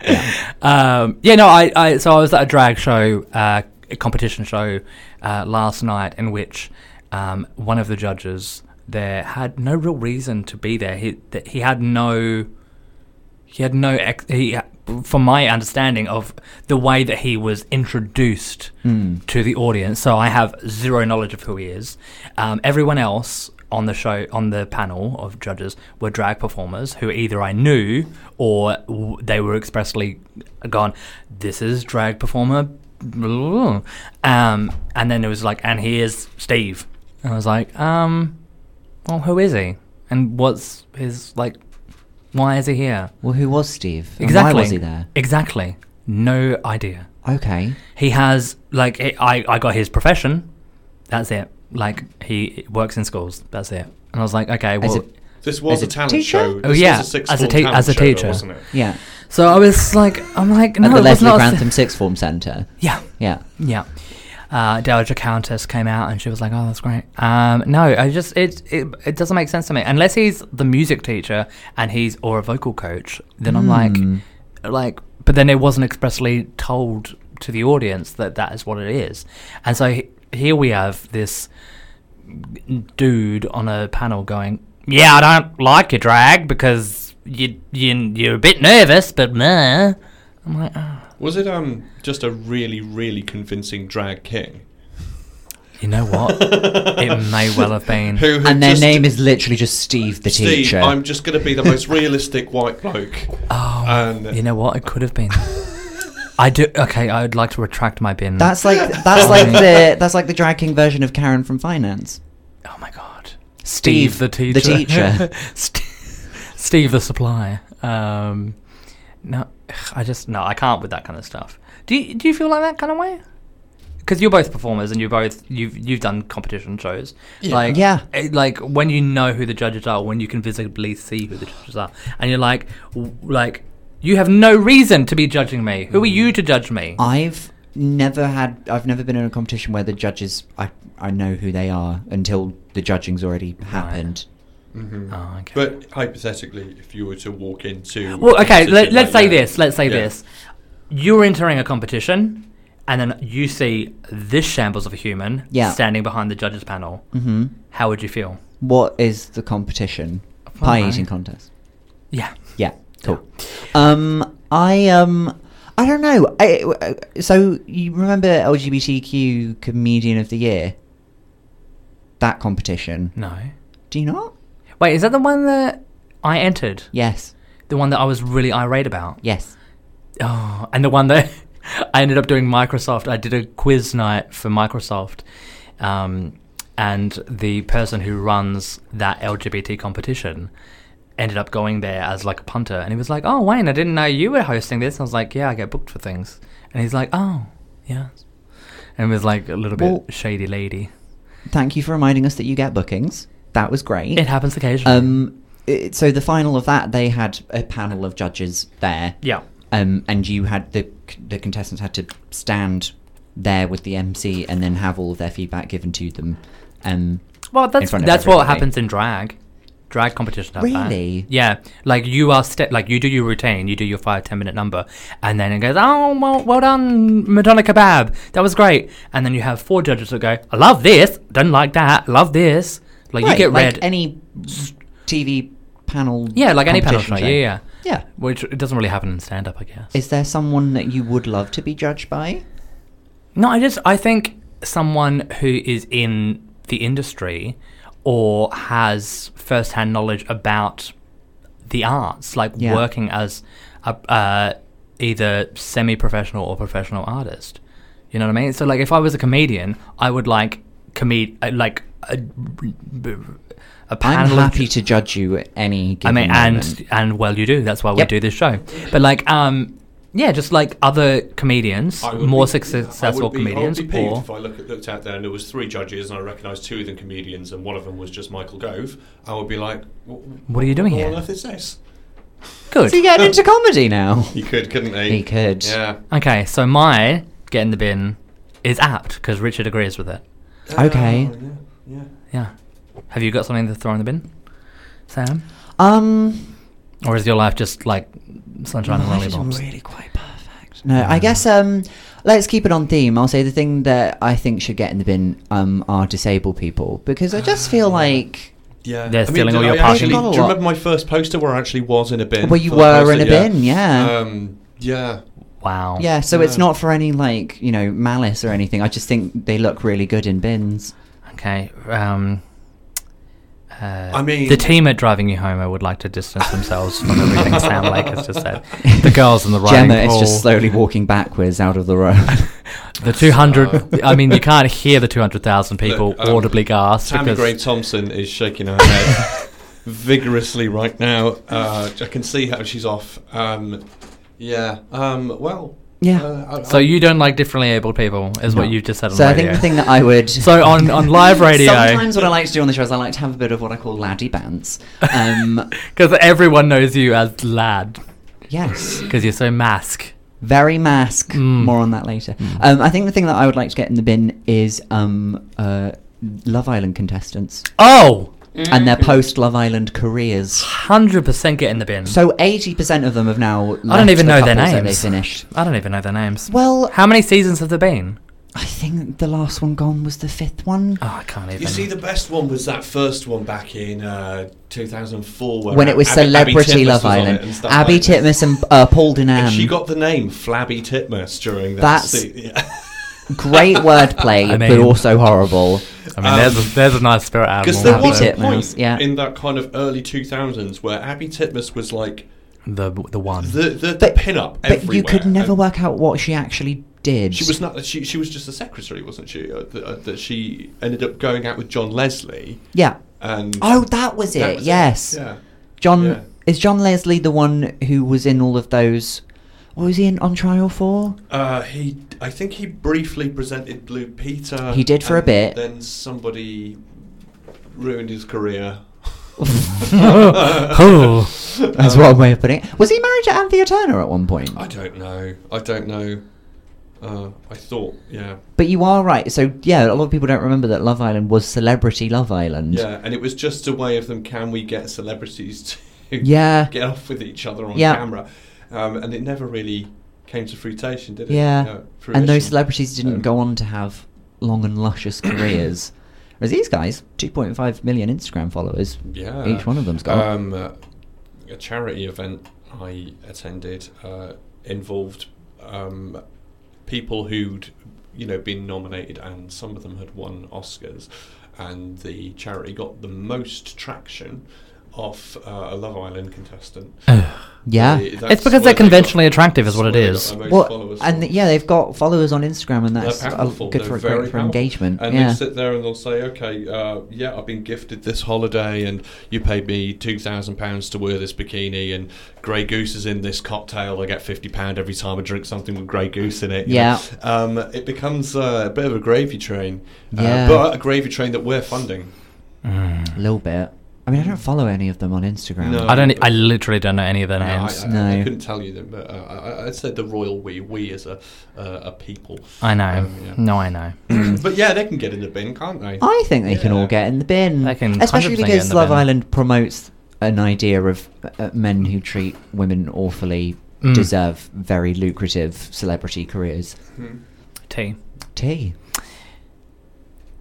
[SPEAKER 1] Um, yeah, no, I, I so I was at a drag show, uh, a competition show uh, last night in which um, one of the judges there had no real reason to be there. He that he had no he had no ex- he from my understanding of the way that he was introduced to the audience so i have zero knowledge of who he is um, everyone else on the show on the panel of judges were drag performers who either i knew or w- they were expressly gone this is drag performer blah, blah, blah." um, and then it was like and here's steve and i was like um well who is he and what's his like why is he here
[SPEAKER 2] well, who was Steve? And
[SPEAKER 1] Exactly.
[SPEAKER 2] Why was he there?
[SPEAKER 1] Exactly. No idea.
[SPEAKER 2] Okay.
[SPEAKER 1] He has like I I I got his profession. That's it. Like he works in schools. That's it. And I was like, okay,
[SPEAKER 2] As
[SPEAKER 1] well.
[SPEAKER 2] a-
[SPEAKER 3] This
[SPEAKER 2] As
[SPEAKER 3] was a,
[SPEAKER 2] a
[SPEAKER 3] talent
[SPEAKER 2] teacher?
[SPEAKER 3] show.
[SPEAKER 1] Oh,
[SPEAKER 3] This
[SPEAKER 1] yeah,
[SPEAKER 3] was a sixth
[SPEAKER 1] as a
[SPEAKER 3] form
[SPEAKER 1] te-
[SPEAKER 3] talent
[SPEAKER 1] as a
[SPEAKER 3] show, though,
[SPEAKER 1] teacher.
[SPEAKER 3] wasn't it?
[SPEAKER 2] Yeah.
[SPEAKER 1] so I was like, I'm like, no,
[SPEAKER 2] At the
[SPEAKER 1] it was
[SPEAKER 2] Leslie
[SPEAKER 1] not.
[SPEAKER 2] Grantham Sixth Form Centre.
[SPEAKER 1] Yeah.
[SPEAKER 2] Yeah.
[SPEAKER 1] Yeah. Uh, Dowager Countess came out and she was like, "Oh, that's great." Um, no, I just it, it it doesn't make sense to me unless he's the music teacher and he's or a vocal coach. Then I'm
[SPEAKER 2] Mm.
[SPEAKER 1] like, like, but then it wasn't expressly told to the audience that that is what it is, and so he, here we have this dude on a panel going, "Yeah, I don't like your drag because you you you're a bit nervous, but meh." I'm like, oh,
[SPEAKER 3] Was it um just a really really convincing drag king?
[SPEAKER 1] you know what? it may well have been.
[SPEAKER 3] Who had
[SPEAKER 2] And their
[SPEAKER 3] just-
[SPEAKER 2] name is literally just Steve the
[SPEAKER 3] Steve,
[SPEAKER 2] teacher.
[SPEAKER 3] I'm just going to be the most realistic white bloke.
[SPEAKER 1] Oh,
[SPEAKER 3] And
[SPEAKER 1] you know what? It could have been. I do. Okay, I would like to retract my bin.
[SPEAKER 2] That's like that's like the that's like the drag king version of Karen from Finance.
[SPEAKER 1] oh my god,
[SPEAKER 2] Steve,
[SPEAKER 1] the teacher,
[SPEAKER 2] The teacher.
[SPEAKER 1] St- Steve the supplier. Um, no, I just no, I can't with that kind of stuff. Do you, do you feel like that kind of way? Because you're both performers and you're both you've you've done competition shows.
[SPEAKER 3] Yeah.
[SPEAKER 1] Like
[SPEAKER 2] Yeah.
[SPEAKER 1] eh, like when you know who the judges are, when you can visibly see who the judges are, and you're like w- like you have no reason to be judging me. Who are
[SPEAKER 2] Mm.
[SPEAKER 1] you to judge me?
[SPEAKER 2] I've never had I've never been in a competition where the judges I I know who they are until the judging's already happened.
[SPEAKER 1] oh, okay.
[SPEAKER 3] Mm-hmm. But hypothetically, if you were to walk into
[SPEAKER 1] Well, okay.
[SPEAKER 3] competition
[SPEAKER 1] Let, let's
[SPEAKER 3] like
[SPEAKER 1] say
[SPEAKER 3] that-
[SPEAKER 1] this. Let's say
[SPEAKER 3] Yeah.
[SPEAKER 1] this. You're entering a competition, and then you see this shambles of a human
[SPEAKER 2] Yeah.
[SPEAKER 1] standing behind the judges panel.
[SPEAKER 2] hmm
[SPEAKER 1] How would you feel?
[SPEAKER 2] What is the competition? Pie
[SPEAKER 1] Alright.
[SPEAKER 2] eating contest.
[SPEAKER 1] Yeah.
[SPEAKER 2] Yeah, cool. Um, I um, I don't know. I, I- so you remember LGBTQ comedian of the year? That competition.
[SPEAKER 1] No.
[SPEAKER 2] Do you not?
[SPEAKER 1] Wait, is that the one that I entered?
[SPEAKER 2] Yes.
[SPEAKER 1] The one that I was really irate about?
[SPEAKER 2] Yes.
[SPEAKER 1] Oh, and the one that I ended up doing Microsoft. I did a quiz night for Microsoft, um, and the person who runs that LGBT competition ended up going there as like a punter, and he was like, "Oh, Wayne, I didn't know you were hosting this." I was like, "Yeah, I get booked for things," and he's like, "Oh, yeah," and was like a little
[SPEAKER 2] Well-
[SPEAKER 1] bit shady lady.
[SPEAKER 2] Thank you for reminding us that you get bookings. That was great.
[SPEAKER 1] It happens occasionally.
[SPEAKER 2] Um, it, so the final of that, they had a panel of judges there.
[SPEAKER 1] yeah,
[SPEAKER 2] Um, and you had the the contestants had to stand there with the MC and then have all of their feedback given to them. Um,
[SPEAKER 1] Well,
[SPEAKER 2] in
[SPEAKER 1] that's
[SPEAKER 2] front of
[SPEAKER 1] that's what
[SPEAKER 2] everybody.
[SPEAKER 1] happens in drag. Drag competition. have that.
[SPEAKER 2] Really?
[SPEAKER 1] Yeah. Like you are ste- like you do your routine, you do your five ten minute number, and then it goes, oh well, well done, Madonna kebab, that was great. And then you have four judges that go, I love this, don't like that, love this. Like you
[SPEAKER 2] right,
[SPEAKER 1] get
[SPEAKER 2] like
[SPEAKER 1] read.
[SPEAKER 2] any TV panel.
[SPEAKER 1] yeah, like any panel
[SPEAKER 2] competition
[SPEAKER 1] show. Yeah, yeah.
[SPEAKER 2] Yeah.
[SPEAKER 1] Which it doesn't really happen in stand up, I guess.
[SPEAKER 2] Is there someone that you would love to be judged by?
[SPEAKER 1] No, I just I think someone who is in the industry or has first-hand knowledge about the arts, like
[SPEAKER 2] Yeah.
[SPEAKER 1] working as a uh, either semi-professional or professional artist. You know what I mean? So like, if I was a comedian, I would like comed uh, like a, a
[SPEAKER 2] I'm
[SPEAKER 1] panel. of-
[SPEAKER 2] happy to judge you at any.
[SPEAKER 1] I
[SPEAKER 2] Given
[SPEAKER 1] mean,
[SPEAKER 2] moment.
[SPEAKER 1] and and well, you do. That's why we
[SPEAKER 2] Yep.
[SPEAKER 1] do this show. But like, um, yeah, just like other comedians,
[SPEAKER 3] I would
[SPEAKER 1] more
[SPEAKER 3] be- I
[SPEAKER 1] successful
[SPEAKER 3] would be,
[SPEAKER 1] comedians,
[SPEAKER 3] I would be peeved
[SPEAKER 1] or
[SPEAKER 3] if I look, looked out there and there was three judges and I recognised two of them comedians and one of them was just Michael Gove, I would be like, "What,
[SPEAKER 1] What are you doing
[SPEAKER 3] what
[SPEAKER 1] here?"
[SPEAKER 3] on earth is this?
[SPEAKER 1] Good.
[SPEAKER 2] so you get into comedy now.
[SPEAKER 3] He could, couldn't he?
[SPEAKER 2] He could.
[SPEAKER 3] Yeah.
[SPEAKER 1] Okay, so my get in the bin is apt because Richard agrees with it.
[SPEAKER 2] Okay.
[SPEAKER 3] Oh, yeah, yeah.
[SPEAKER 1] Yeah. Have you got something to throw in the bin, Sam?
[SPEAKER 2] Um,
[SPEAKER 1] Or is your life just like sunshine and
[SPEAKER 2] Life is
[SPEAKER 1] lollipops?
[SPEAKER 2] really quite perfect. No, I guess um, let's keep it on theme. I'll say the thing that I think should get in the bin um are disabled people because I just feel like
[SPEAKER 3] Yeah,
[SPEAKER 1] They're stealing all
[SPEAKER 3] do
[SPEAKER 1] your
[SPEAKER 3] I
[SPEAKER 1] parking.
[SPEAKER 3] actually-
[SPEAKER 2] Not a
[SPEAKER 3] Do you
[SPEAKER 2] lot.
[SPEAKER 3] remember my first poster where I actually was in a bin?
[SPEAKER 2] Well, you
[SPEAKER 3] for that
[SPEAKER 2] were in a
[SPEAKER 3] poster,
[SPEAKER 2] bin, yeah.
[SPEAKER 3] Um, yeah.
[SPEAKER 1] Wow.
[SPEAKER 2] yeah. So it's
[SPEAKER 3] No.
[SPEAKER 2] not for any like you know malice or anything. I just think they look really good in bins.
[SPEAKER 1] Okay. Um. Uh, I
[SPEAKER 3] mean-
[SPEAKER 1] the team at driving you home. I would like to distance themselves from everything Sam Lake has just said. The girls in the riding
[SPEAKER 2] Gemma is
[SPEAKER 1] pool.
[SPEAKER 2] just slowly walking backwards out of the road.
[SPEAKER 1] The two hundred. I mean, you can't hear the two hundred thousand people
[SPEAKER 3] Uh, Look, um,
[SPEAKER 1] audibly gasp
[SPEAKER 3] Tammy
[SPEAKER 1] because
[SPEAKER 3] Gray Thompson is shaking her head vigorously right now. Uh, I can see how she's off. Um, yeah. Um, well.
[SPEAKER 2] Yeah.
[SPEAKER 3] uh, I-
[SPEAKER 1] So
[SPEAKER 3] I-
[SPEAKER 1] you don't like differently abled people, is what
[SPEAKER 2] No.
[SPEAKER 1] you've just said on
[SPEAKER 2] so I
[SPEAKER 1] radio.
[SPEAKER 2] think the thing that I would
[SPEAKER 1] So on- on live radio-
[SPEAKER 2] Sometimes what I like to do on the show is I like to have a bit of what I call laddie bants. Um,
[SPEAKER 1] because everyone knows you as lad
[SPEAKER 2] yes.
[SPEAKER 1] because you're so mask.
[SPEAKER 2] Very mask.
[SPEAKER 1] Mm.
[SPEAKER 2] More on that later. Um, I think the thing that I would like to get in the bin is um, uh, Love Island contestants
[SPEAKER 1] Oh,
[SPEAKER 2] and their post Love Island careers.
[SPEAKER 1] 100% get in the bin.
[SPEAKER 2] So eighty percent of them have now. Left
[SPEAKER 1] I don't even
[SPEAKER 2] the
[SPEAKER 1] know their
[SPEAKER 2] couples that
[SPEAKER 1] names.
[SPEAKER 2] They finished.
[SPEAKER 1] I don't even know their names.
[SPEAKER 2] Well,
[SPEAKER 1] How many seasons have there been?
[SPEAKER 2] I think the last one gone was the fifth one.
[SPEAKER 3] Ah,
[SPEAKER 1] Oh, I can't even.
[SPEAKER 3] You see, the best one was that first one back in uh, 2004 where
[SPEAKER 2] when it was
[SPEAKER 3] Abby- Abby
[SPEAKER 2] Celebrity
[SPEAKER 3] Titmus was
[SPEAKER 2] Love
[SPEAKER 3] on it
[SPEAKER 2] Island,
[SPEAKER 3] and stuff
[SPEAKER 2] Abby
[SPEAKER 3] like that.
[SPEAKER 2] Titmus and uh, Paul Denham.
[SPEAKER 3] And she got the name Flabby Titmus during that.
[SPEAKER 2] That's-
[SPEAKER 3] se- yeah.
[SPEAKER 2] great wordplay,
[SPEAKER 1] I
[SPEAKER 2] but
[SPEAKER 1] mean-
[SPEAKER 2] also horrible.
[SPEAKER 1] I mean,
[SPEAKER 3] um,
[SPEAKER 1] there's, a, there's a nice spirit
[SPEAKER 3] Because
[SPEAKER 1] animal.
[SPEAKER 2] Abby
[SPEAKER 3] there was a
[SPEAKER 2] Titmus,
[SPEAKER 3] point
[SPEAKER 2] yeah.
[SPEAKER 3] in that kind of early 2000s where Abby Titmus was like
[SPEAKER 1] the, the one.
[SPEAKER 3] the the, the
[SPEAKER 2] But-
[SPEAKER 3] pin-up
[SPEAKER 2] But
[SPEAKER 3] everywhere.
[SPEAKER 2] you could never
[SPEAKER 3] and
[SPEAKER 2] work out what she actually did.
[SPEAKER 3] She was not. She, she was just a secretary, wasn't she? Uh, th- uh, that she ended up going out with John Leslie
[SPEAKER 2] Yeah.
[SPEAKER 3] and.
[SPEAKER 2] Oh, that was it.
[SPEAKER 3] that was
[SPEAKER 2] yes.
[SPEAKER 3] Yeah.
[SPEAKER 2] John
[SPEAKER 3] Yeah.
[SPEAKER 2] is John Leslie the one who was in all of those. What was he in on trial for?
[SPEAKER 3] Uh, he, I think he briefly presented Blue Peter.
[SPEAKER 2] He did for a
[SPEAKER 3] and
[SPEAKER 2] bit.
[SPEAKER 3] Then somebody ruined his career.
[SPEAKER 1] oh,
[SPEAKER 2] That's one way of putting it. Was he married to Anthea Turner at one point?
[SPEAKER 3] Um, I don't know. I don't know. Uh, I thought, yeah,
[SPEAKER 2] But you are right. So yeah, a lot of people don't remember that Love Island was Celebrity Love Island.
[SPEAKER 3] yeah, and it was just a way of them. Can we get celebrities to
[SPEAKER 2] Yeah.
[SPEAKER 3] get off with each other on
[SPEAKER 2] Yeah.
[SPEAKER 3] camera? Um, and it never really came to fruition, did it?
[SPEAKER 2] Yeah.
[SPEAKER 3] No,
[SPEAKER 2] and
[SPEAKER 3] fruition.
[SPEAKER 2] those celebrities didn't
[SPEAKER 3] Um,
[SPEAKER 2] go on to have long and luscious careers. Whereas these guys, 2.5 million Instagram followers.
[SPEAKER 3] Yeah.
[SPEAKER 2] Each one of them's got.
[SPEAKER 3] Um, uh, a charity event I attended uh, involved um, people who'd, you know, been nominated and some of them had won Oscars. And the charity got the most traction off uh, a Love Island contestant.
[SPEAKER 2] Yeah.
[SPEAKER 3] They- that's
[SPEAKER 1] Uh, It's because
[SPEAKER 3] where
[SPEAKER 1] they're
[SPEAKER 3] they got-
[SPEAKER 1] conventionally attractive, is what it
[SPEAKER 3] that's where they
[SPEAKER 1] is.
[SPEAKER 3] got the most
[SPEAKER 2] Well,
[SPEAKER 3] followers
[SPEAKER 2] and
[SPEAKER 3] from.
[SPEAKER 2] th- yeah, they've got followers on Instagram, and that's
[SPEAKER 3] They're
[SPEAKER 2] a-
[SPEAKER 3] powerful.
[SPEAKER 2] good
[SPEAKER 3] They're
[SPEAKER 2] for,
[SPEAKER 3] very
[SPEAKER 2] great for
[SPEAKER 3] powerful.
[SPEAKER 2] engagement.
[SPEAKER 3] And
[SPEAKER 2] yeah.
[SPEAKER 3] they sit there and they'll say, "Okay, uh, yeah, I've been gifted this holiday, and you paid me two thousand pounds to wear this bikini, and Grey Goose is in this cocktail. I get fifty pound every time I drink something with Grey Goose in it. you
[SPEAKER 2] Yeah.
[SPEAKER 3] know. um, it becomes uh, a bit of a gravy train,
[SPEAKER 2] Yeah.
[SPEAKER 3] uh, but a gravy train that we're funding.
[SPEAKER 2] A little bit. I mean, I don't follow any of them on Instagram.
[SPEAKER 3] No.
[SPEAKER 1] Mm. I don't. e, I literally don't know any of their
[SPEAKER 3] No, I,
[SPEAKER 1] names.
[SPEAKER 3] I,
[SPEAKER 2] No.
[SPEAKER 3] I couldn't tell you them, but uh, I, I- I'd say the royal we, we as a uh, a people.
[SPEAKER 1] I, know.
[SPEAKER 3] Um, yeah.
[SPEAKER 1] No, I know.
[SPEAKER 3] but yeah, they can get in the bin, can't they?
[SPEAKER 2] I think they can all
[SPEAKER 3] Yeah.
[SPEAKER 2] get in the bin,
[SPEAKER 1] They can
[SPEAKER 2] especially
[SPEAKER 1] 100% get in
[SPEAKER 2] because
[SPEAKER 1] the
[SPEAKER 2] Love
[SPEAKER 1] bin.
[SPEAKER 2] Island promotes an idea of uh, men who treat women awfully
[SPEAKER 1] Mm.
[SPEAKER 2] deserve very lucrative celebrity careers.
[SPEAKER 3] Hmm.
[SPEAKER 1] T.
[SPEAKER 2] Tea,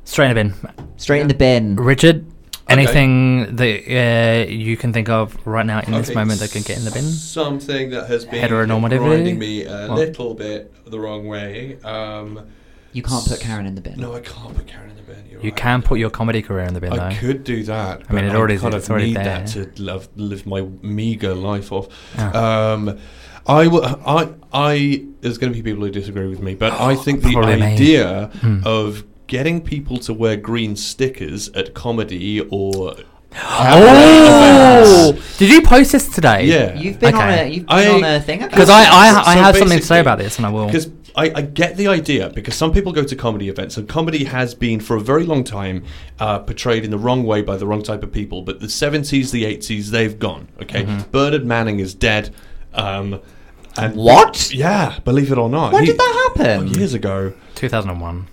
[SPEAKER 1] Straight in the bin.
[SPEAKER 2] straight in
[SPEAKER 3] Yeah.
[SPEAKER 2] the bin.
[SPEAKER 1] Richard,
[SPEAKER 3] Okay.
[SPEAKER 1] anything that uh, you can think of right now in this
[SPEAKER 3] Okay,
[SPEAKER 1] moment that can get in the bin?
[SPEAKER 3] Something that has been
[SPEAKER 1] Heteronormativity?
[SPEAKER 3] grinding me a
[SPEAKER 1] What?
[SPEAKER 3] little bit the wrong way. Um,
[SPEAKER 2] You can't put Karen in the bin.
[SPEAKER 3] no, I can't put Karen in the bin. You're
[SPEAKER 1] You
[SPEAKER 3] right.
[SPEAKER 1] can put your comedy career in the bin, though.
[SPEAKER 3] I could do that.
[SPEAKER 1] I mean,
[SPEAKER 3] but
[SPEAKER 1] it already-
[SPEAKER 3] I kind
[SPEAKER 1] it's
[SPEAKER 3] of
[SPEAKER 1] already
[SPEAKER 3] need
[SPEAKER 1] there.
[SPEAKER 3] that to love, live my meager life off.
[SPEAKER 1] Ah.
[SPEAKER 3] Um, I, w- I, I. There's going to be people who disagree with me, but I think the
[SPEAKER 1] Probably me.
[SPEAKER 3] idea
[SPEAKER 1] Hmm.
[SPEAKER 3] of getting people to wear green stickers at comedy or
[SPEAKER 1] Oh!
[SPEAKER 3] events.
[SPEAKER 1] Did you post this today?
[SPEAKER 3] yeah,
[SPEAKER 2] You've been
[SPEAKER 1] Okay.
[SPEAKER 2] on a you've been
[SPEAKER 3] I-
[SPEAKER 2] on a thing about
[SPEAKER 1] Because I,
[SPEAKER 2] it.
[SPEAKER 1] I, I
[SPEAKER 3] So
[SPEAKER 1] have something to say
[SPEAKER 3] basically-
[SPEAKER 1] about this, and I will.
[SPEAKER 3] Because I, I get the idea, because some people go to comedy events, and comedy has been for a very long time uh, portrayed in the wrong way by the wrong type of people. But the 70s, the 80s, they've gone. Okay, Bernard Manning is dead. Um, and
[SPEAKER 2] What?
[SPEAKER 3] Yeah, believe it or not.
[SPEAKER 2] When did that happen?
[SPEAKER 3] Oh, years ago.
[SPEAKER 1] 2001.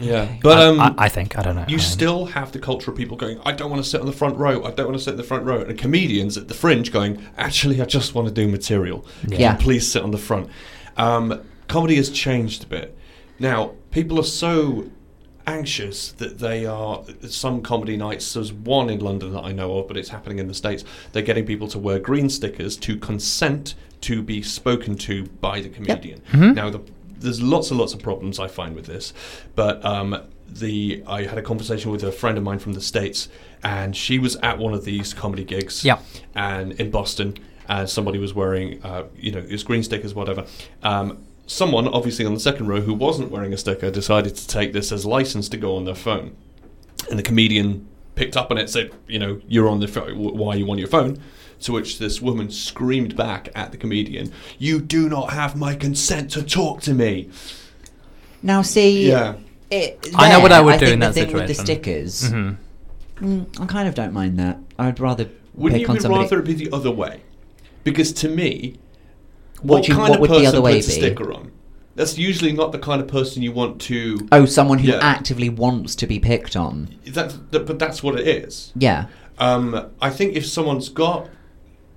[SPEAKER 3] Yeah, but um,
[SPEAKER 1] I, I think. I don't know.
[SPEAKER 3] you
[SPEAKER 1] I-
[SPEAKER 3] still have the culture of people going, I don't want to sit on the front row, I don't want to sit in the front row. And comedians at the fringe going, actually, I just want to do material. Can
[SPEAKER 2] Yeah.
[SPEAKER 3] you please sit on the front? Um, comedy has changed a bit. Now, people are so anxious that they are some comedy nights there's one in london that i know of but it's happening in the states they're getting people to wear green stickers to consent to be spoken to by the comedian now the, there's lots and lots of problems i find with this but um, the i had a conversation with a friend of mine from the states and she was at one of these comedy gigs
[SPEAKER 1] Yeah.
[SPEAKER 3] and in Boston, and somebody was wearing, uh, you know, it was green stickers, whatever. Um, someone, obviously on the second row, who wasn't wearing a sticker, decided to take this as license to go on their phone, and the comedian picked up on it, said, you know, you're on the phone. wh- Why are you on your phone? To which this woman screamed back at the comedian, "You do not have my consent to talk to me."
[SPEAKER 2] Now see,
[SPEAKER 3] Yeah.
[SPEAKER 2] it,
[SPEAKER 1] I know what
[SPEAKER 2] there,
[SPEAKER 1] I would do
[SPEAKER 2] think
[SPEAKER 1] in
[SPEAKER 2] the
[SPEAKER 1] that
[SPEAKER 2] thing With the
[SPEAKER 1] situation.
[SPEAKER 2] stickers,
[SPEAKER 1] Mhm.
[SPEAKER 2] mm, I kind of don't mind that. I'd rather
[SPEAKER 3] Wouldn't
[SPEAKER 2] pick
[SPEAKER 3] you
[SPEAKER 2] on
[SPEAKER 3] be
[SPEAKER 2] somebody.
[SPEAKER 3] rather it be the other way? Because to me,
[SPEAKER 2] What
[SPEAKER 3] what,
[SPEAKER 2] do you-
[SPEAKER 3] kind
[SPEAKER 2] what
[SPEAKER 3] of
[SPEAKER 2] would the
[SPEAKER 3] person
[SPEAKER 2] other way
[SPEAKER 3] puts a
[SPEAKER 2] be?
[SPEAKER 3] sticker on? That's usually not the kind of person you want to.
[SPEAKER 2] oh, someone who
[SPEAKER 3] Yeah.
[SPEAKER 2] actively wants to be picked on.
[SPEAKER 3] That's, that, but that's what it is.
[SPEAKER 2] Yeah.
[SPEAKER 3] Um, I think if someone's got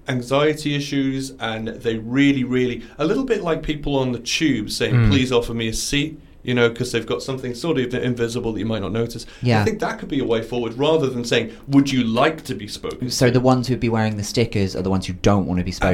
[SPEAKER 3] anxiety issues and they really, really, a little bit like people on the tube saying,
[SPEAKER 2] Hmm.
[SPEAKER 3] "Please offer me a seat," you know, because they've got something sort of invisible that you might not notice.
[SPEAKER 2] Yeah.
[SPEAKER 3] I think that could be a way forward rather than saying, "Would you like to be spoken?"
[SPEAKER 2] So
[SPEAKER 3] to?"
[SPEAKER 2] the ones who'd be wearing the stickers are the ones who don't want to be spoken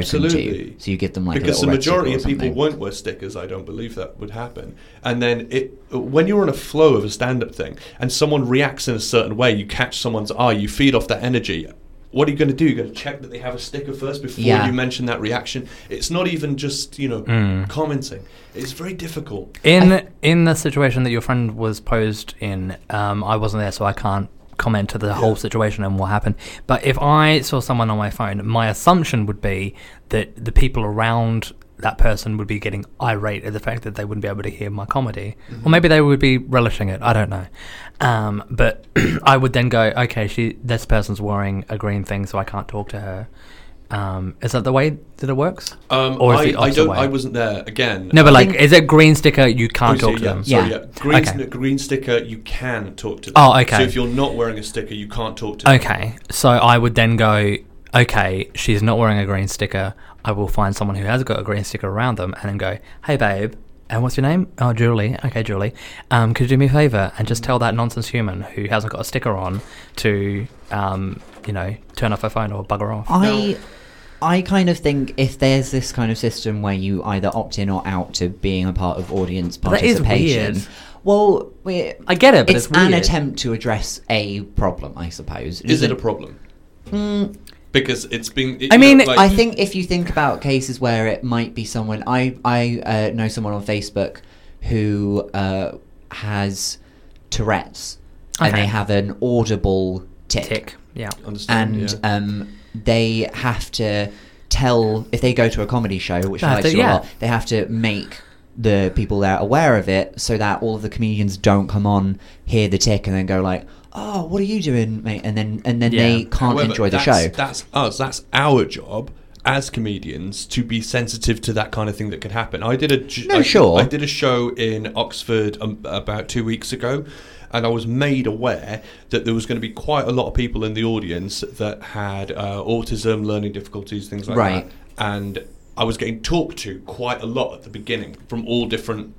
[SPEAKER 2] to.
[SPEAKER 3] Absolutely.
[SPEAKER 2] So you give them like
[SPEAKER 3] because
[SPEAKER 2] a
[SPEAKER 3] the
[SPEAKER 2] little red
[SPEAKER 3] majority
[SPEAKER 2] sticker or
[SPEAKER 3] of people
[SPEAKER 2] something.
[SPEAKER 3] won't wear stickers. I don't believe that would happen. And then it, when you're on a flow of a stand-up thing, and someone reacts in a certain way, you catch someone's eye, you feed off that energy. What are you going to do? You're going to check that they have a sticker first before
[SPEAKER 2] Yeah.
[SPEAKER 3] you mention that reaction. It's not even just you know
[SPEAKER 1] Hmm.
[SPEAKER 3] commenting. It's very difficult.
[SPEAKER 1] In in the situation that your friend was posed in, um, I wasn't there, so I can't comment to the whole situation and what happened. But if I saw someone on my phone, my assumption would be that the people around that person would be getting irate at the fact that they wouldn't be able to hear my comedy,
[SPEAKER 3] Mm-hmm.
[SPEAKER 1] or maybe they would be relishing it. I don't know. Um, but I would then go, okay, she this person's wearing a green thing, so I can't talk to her. Um, is that the way that it works?
[SPEAKER 3] Um,
[SPEAKER 1] Or is
[SPEAKER 3] I,
[SPEAKER 1] the
[SPEAKER 3] I
[SPEAKER 1] opposite
[SPEAKER 3] don't.
[SPEAKER 1] way?
[SPEAKER 3] I wasn't there again.
[SPEAKER 1] No, but
[SPEAKER 2] I
[SPEAKER 1] like,
[SPEAKER 2] think-
[SPEAKER 1] is it green sticker? You can't
[SPEAKER 3] Oh, so
[SPEAKER 1] talk to
[SPEAKER 3] yeah,
[SPEAKER 1] them.
[SPEAKER 3] sorry,
[SPEAKER 2] Yeah.
[SPEAKER 3] yeah. Green,
[SPEAKER 1] Okay.
[SPEAKER 3] sn- green sticker, you can talk to them.
[SPEAKER 1] Oh, okay.
[SPEAKER 3] So if you're not wearing a sticker, you can't talk to them.
[SPEAKER 1] Okay, so I would then go, okay, she's not wearing a green sticker. I will find someone who has got a green sticker around them and then go, hey, babe, and what's your name? Oh, Julie. Okay, Julie. Um, could you do me a favour and just tell that nonsense human who hasn't got a sticker on to, um, you know, turn off her phone or bugger off?
[SPEAKER 2] I I kind of think if there's this kind of system where you either opt in or out to being a part of audience
[SPEAKER 1] that is
[SPEAKER 2] participation.
[SPEAKER 1] weird.
[SPEAKER 2] Well, we
[SPEAKER 1] I get it, but it's
[SPEAKER 2] an
[SPEAKER 1] weird.
[SPEAKER 2] attempt to address a problem, I suppose.
[SPEAKER 3] Is it a
[SPEAKER 2] Isn't-
[SPEAKER 3] problem? because it's been. it-
[SPEAKER 1] I
[SPEAKER 3] you
[SPEAKER 1] mean,
[SPEAKER 3] know, like-
[SPEAKER 2] I think if you think about cases where it might be someone, I I uh, know someone on Facebook who uh, has Tourette's and
[SPEAKER 1] Okay.
[SPEAKER 2] they have an audible tick,
[SPEAKER 1] Tick. Yeah.
[SPEAKER 3] Understand,
[SPEAKER 2] and
[SPEAKER 3] yeah.
[SPEAKER 2] um, they have to tell if they go to a comedy show, which
[SPEAKER 1] They
[SPEAKER 2] I
[SPEAKER 1] have
[SPEAKER 2] like
[SPEAKER 1] to-
[SPEAKER 2] to do a
[SPEAKER 1] yeah.
[SPEAKER 2] lot, they have to make the people there aware of it so that all of the comedians don't come on, hear the tick, and then go like. Oh, what are you doing, mate? And then and then
[SPEAKER 1] Yeah.
[SPEAKER 2] they can't
[SPEAKER 3] However,
[SPEAKER 2] enjoy the
[SPEAKER 3] that's-
[SPEAKER 2] show.
[SPEAKER 3] That's us. That's our job as comedians to be sensitive to that kind of thing that could happen. I did a j-
[SPEAKER 2] No,
[SPEAKER 3] I-
[SPEAKER 2] sure.
[SPEAKER 3] I did a show in Oxford um, about two weeks ago, and I was made aware that there was going to be quite a lot of people in the audience that had uh, autism, learning difficulties, things like
[SPEAKER 2] Right.
[SPEAKER 3] that, and. I was getting talked to quite a lot at the beginning from all different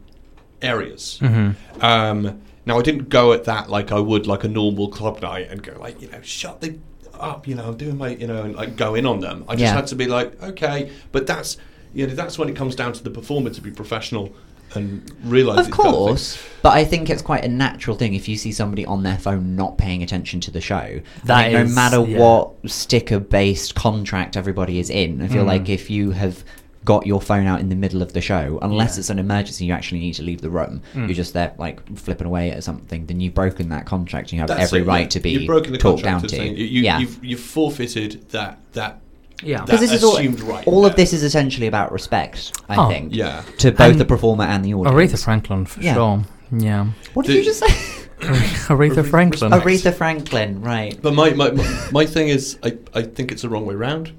[SPEAKER 3] areas.
[SPEAKER 2] Mm-hmm.
[SPEAKER 3] Um, now I didn't go at that like I would like a normal club night and go like you know shut the up you know I'm doing my you know and like go in on them. I just
[SPEAKER 2] Yeah.
[SPEAKER 3] had to be like okay, but that's you know that's when it comes down to the performer to be professional and realize
[SPEAKER 2] Of course, but I think it's quite a natural thing if you see somebody on their phone not paying attention to the show.
[SPEAKER 1] That
[SPEAKER 2] Like,
[SPEAKER 1] is-
[SPEAKER 2] no matter
[SPEAKER 1] yeah.
[SPEAKER 2] what sticker-based contract everybody is in, I
[SPEAKER 3] Mm.
[SPEAKER 2] feel like if you have got your phone out in the middle of the show, unless
[SPEAKER 1] Yeah.
[SPEAKER 2] it's an emergency, you actually need to leave the room.
[SPEAKER 3] Mm.
[SPEAKER 2] You're just there, like flipping away at something. Then you've broken that contract, and you have every right to be
[SPEAKER 3] you've broken the
[SPEAKER 2] talked
[SPEAKER 3] contract
[SPEAKER 2] down
[SPEAKER 3] of
[SPEAKER 2] to.
[SPEAKER 3] saying- You, you,
[SPEAKER 2] yeah,
[SPEAKER 3] you've, you've forfeited that that
[SPEAKER 1] Yeah.
[SPEAKER 3] that
[SPEAKER 2] this is all.
[SPEAKER 3] assumed right.
[SPEAKER 2] all of
[SPEAKER 3] there.
[SPEAKER 2] this is essentially about respect. I
[SPEAKER 1] Oh.
[SPEAKER 2] think.
[SPEAKER 3] Yeah.
[SPEAKER 2] To both
[SPEAKER 1] And
[SPEAKER 2] the performer and the audience.
[SPEAKER 1] Aretha Franklin for
[SPEAKER 2] Yeah.
[SPEAKER 1] sure. Yeah.
[SPEAKER 2] What did
[SPEAKER 3] The-
[SPEAKER 2] you just say?
[SPEAKER 1] Aretha
[SPEAKER 3] Aretha
[SPEAKER 1] Franklin.
[SPEAKER 3] Franklin. Correct.
[SPEAKER 2] Aretha Franklin, right.
[SPEAKER 3] But my, my, my, my thing is, I, I think it's the wrong way round.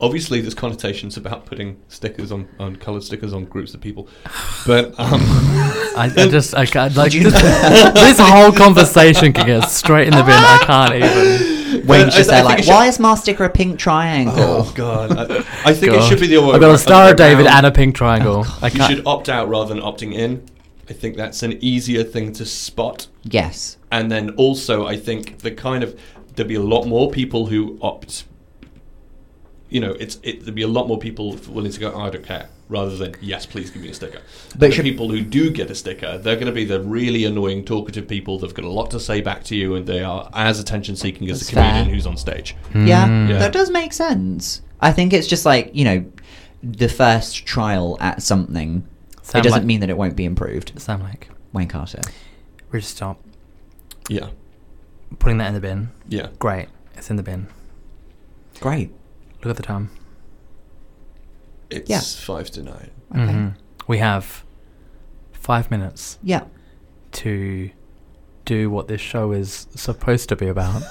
[SPEAKER 3] Obviously, there's connotations about putting stickers on, on coloured stickers on groups of people. But um,
[SPEAKER 1] I, I just I can't, like this, this whole conversation can get straight in the bin. I can't even.
[SPEAKER 2] Wayne's
[SPEAKER 3] I-
[SPEAKER 2] just
[SPEAKER 3] I
[SPEAKER 2] there
[SPEAKER 3] think it
[SPEAKER 2] like,
[SPEAKER 3] should-
[SPEAKER 2] why is my sticker a pink triangle?
[SPEAKER 3] oh, God. I, I think it
[SPEAKER 1] God.
[SPEAKER 3] should be the other way
[SPEAKER 1] I've got a
[SPEAKER 3] round-
[SPEAKER 1] Star of David
[SPEAKER 3] round.
[SPEAKER 1] and a pink
[SPEAKER 2] Oh,
[SPEAKER 1] triangle. I
[SPEAKER 3] You
[SPEAKER 1] can't.
[SPEAKER 3] should opt out rather than opting in. I think that's an easier thing to spot.
[SPEAKER 2] Yes.
[SPEAKER 3] And then also, I think the kind of. There'd be a lot more people who opt. You know, it's it, there'd be a lot more people willing to go, I don't care, rather than, yes, please give me a sticker.
[SPEAKER 2] But
[SPEAKER 3] the
[SPEAKER 2] should-
[SPEAKER 3] people who do get a sticker, they're going to be the really annoying, talkative people. They've got a lot to say back to you, and they are as attention seeking as
[SPEAKER 2] That's
[SPEAKER 3] the comedian
[SPEAKER 2] fair.
[SPEAKER 3] who's on stage.
[SPEAKER 1] Hmm.
[SPEAKER 2] Yeah,
[SPEAKER 3] Yeah.
[SPEAKER 2] That does make sense. I think it's just like, you know, the first trial at something.
[SPEAKER 1] Sound
[SPEAKER 2] it doesn't
[SPEAKER 1] like-
[SPEAKER 2] mean that it won't be improved.
[SPEAKER 1] Sam like
[SPEAKER 2] Wayne Carter.
[SPEAKER 1] we just stop
[SPEAKER 3] Yeah.
[SPEAKER 1] putting that in the bin.
[SPEAKER 3] Yeah.
[SPEAKER 1] Great, it's in the bin.
[SPEAKER 2] Great.
[SPEAKER 1] Look at the time.
[SPEAKER 3] It's
[SPEAKER 2] Yeah.
[SPEAKER 3] five to nine.
[SPEAKER 2] Okay.
[SPEAKER 1] Mhm. We have five minutes
[SPEAKER 2] Yeah.
[SPEAKER 1] to do what this show is supposed to be about.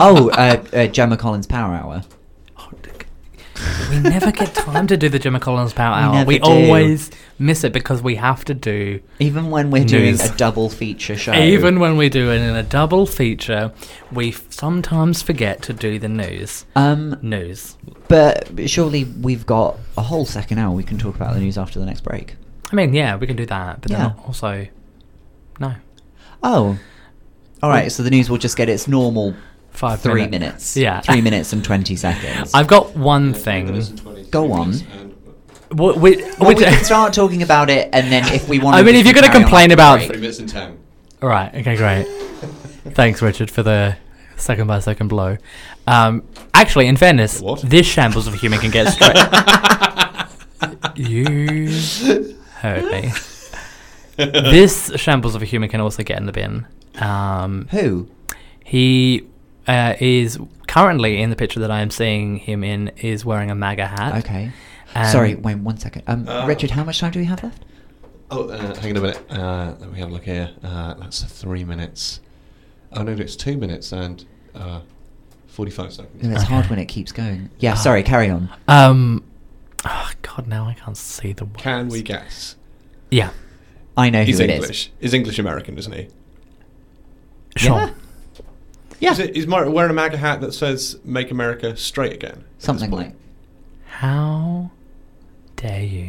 [SPEAKER 2] Oh, uh, uh, Gemma Collins Power Hour.
[SPEAKER 1] Oh, dick. we never get time to do the Gemma Collins Power
[SPEAKER 2] We
[SPEAKER 1] Hour.
[SPEAKER 2] never
[SPEAKER 1] We
[SPEAKER 2] do.
[SPEAKER 1] always miss it because we have to do.
[SPEAKER 2] Even when we're doing
[SPEAKER 1] News.
[SPEAKER 2] a double feature show.
[SPEAKER 1] Even when we do it in a double feature, we f- sometimes forget to do the news.
[SPEAKER 2] Um,
[SPEAKER 1] News.
[SPEAKER 2] but surely we've got a whole second hour we can talk about the news after the next break.
[SPEAKER 1] I mean, yeah, we can do that, but
[SPEAKER 2] Yeah.
[SPEAKER 1] then also, no,
[SPEAKER 2] Oh. All right, so the news will just get its normal
[SPEAKER 1] five
[SPEAKER 2] three
[SPEAKER 1] minute-
[SPEAKER 2] minutes.
[SPEAKER 1] Yeah,
[SPEAKER 2] Three minutes and 20 seconds.
[SPEAKER 1] I've got one thing.
[SPEAKER 2] Go on.
[SPEAKER 1] What, we,
[SPEAKER 2] Well, we can start talking about it, and then if we want
[SPEAKER 1] I mean, if you're
[SPEAKER 2] going to
[SPEAKER 1] complain about-
[SPEAKER 3] Three minutes and ten.
[SPEAKER 1] All right. Okay. Great. Thanks, Richard, for the second by second blow. Um, actually, in fairness,
[SPEAKER 3] What?
[SPEAKER 1] this shambles of a human can get straight. you heard me. This shambles of a human can also get in the bin. Um,
[SPEAKER 2] Who?
[SPEAKER 1] he uh, is currently in the picture that I am seeing him in is wearing a MAGA hat.
[SPEAKER 2] Okay.
[SPEAKER 1] And-
[SPEAKER 2] Sorry, wait one second. Um,
[SPEAKER 3] Oh.
[SPEAKER 2] Richard, how much time do we have left?
[SPEAKER 3] Oh, uh, hang on a minute. Uh, let me have a look here. Uh, that's three minutes. Oh no, it's two minutes and uh, forty-five
[SPEAKER 2] No,
[SPEAKER 3] seconds.
[SPEAKER 2] It's hard when it keeps going.
[SPEAKER 1] Uh,
[SPEAKER 2] Yeah, sorry, carry on.
[SPEAKER 1] Um. Oh God, now I can't see the. Words.
[SPEAKER 3] Can we guess?
[SPEAKER 1] Yeah.
[SPEAKER 2] I know
[SPEAKER 3] He's
[SPEAKER 2] who it
[SPEAKER 3] English.
[SPEAKER 2] is.
[SPEAKER 3] He's English American, isn't he?
[SPEAKER 1] Sure.
[SPEAKER 2] Yeah. Yeah,
[SPEAKER 3] Is it, he's mar- wearing a MAGA hat that says "Make America Straight Again." at this
[SPEAKER 2] something
[SPEAKER 3] point.
[SPEAKER 2] like.
[SPEAKER 1] How dare you?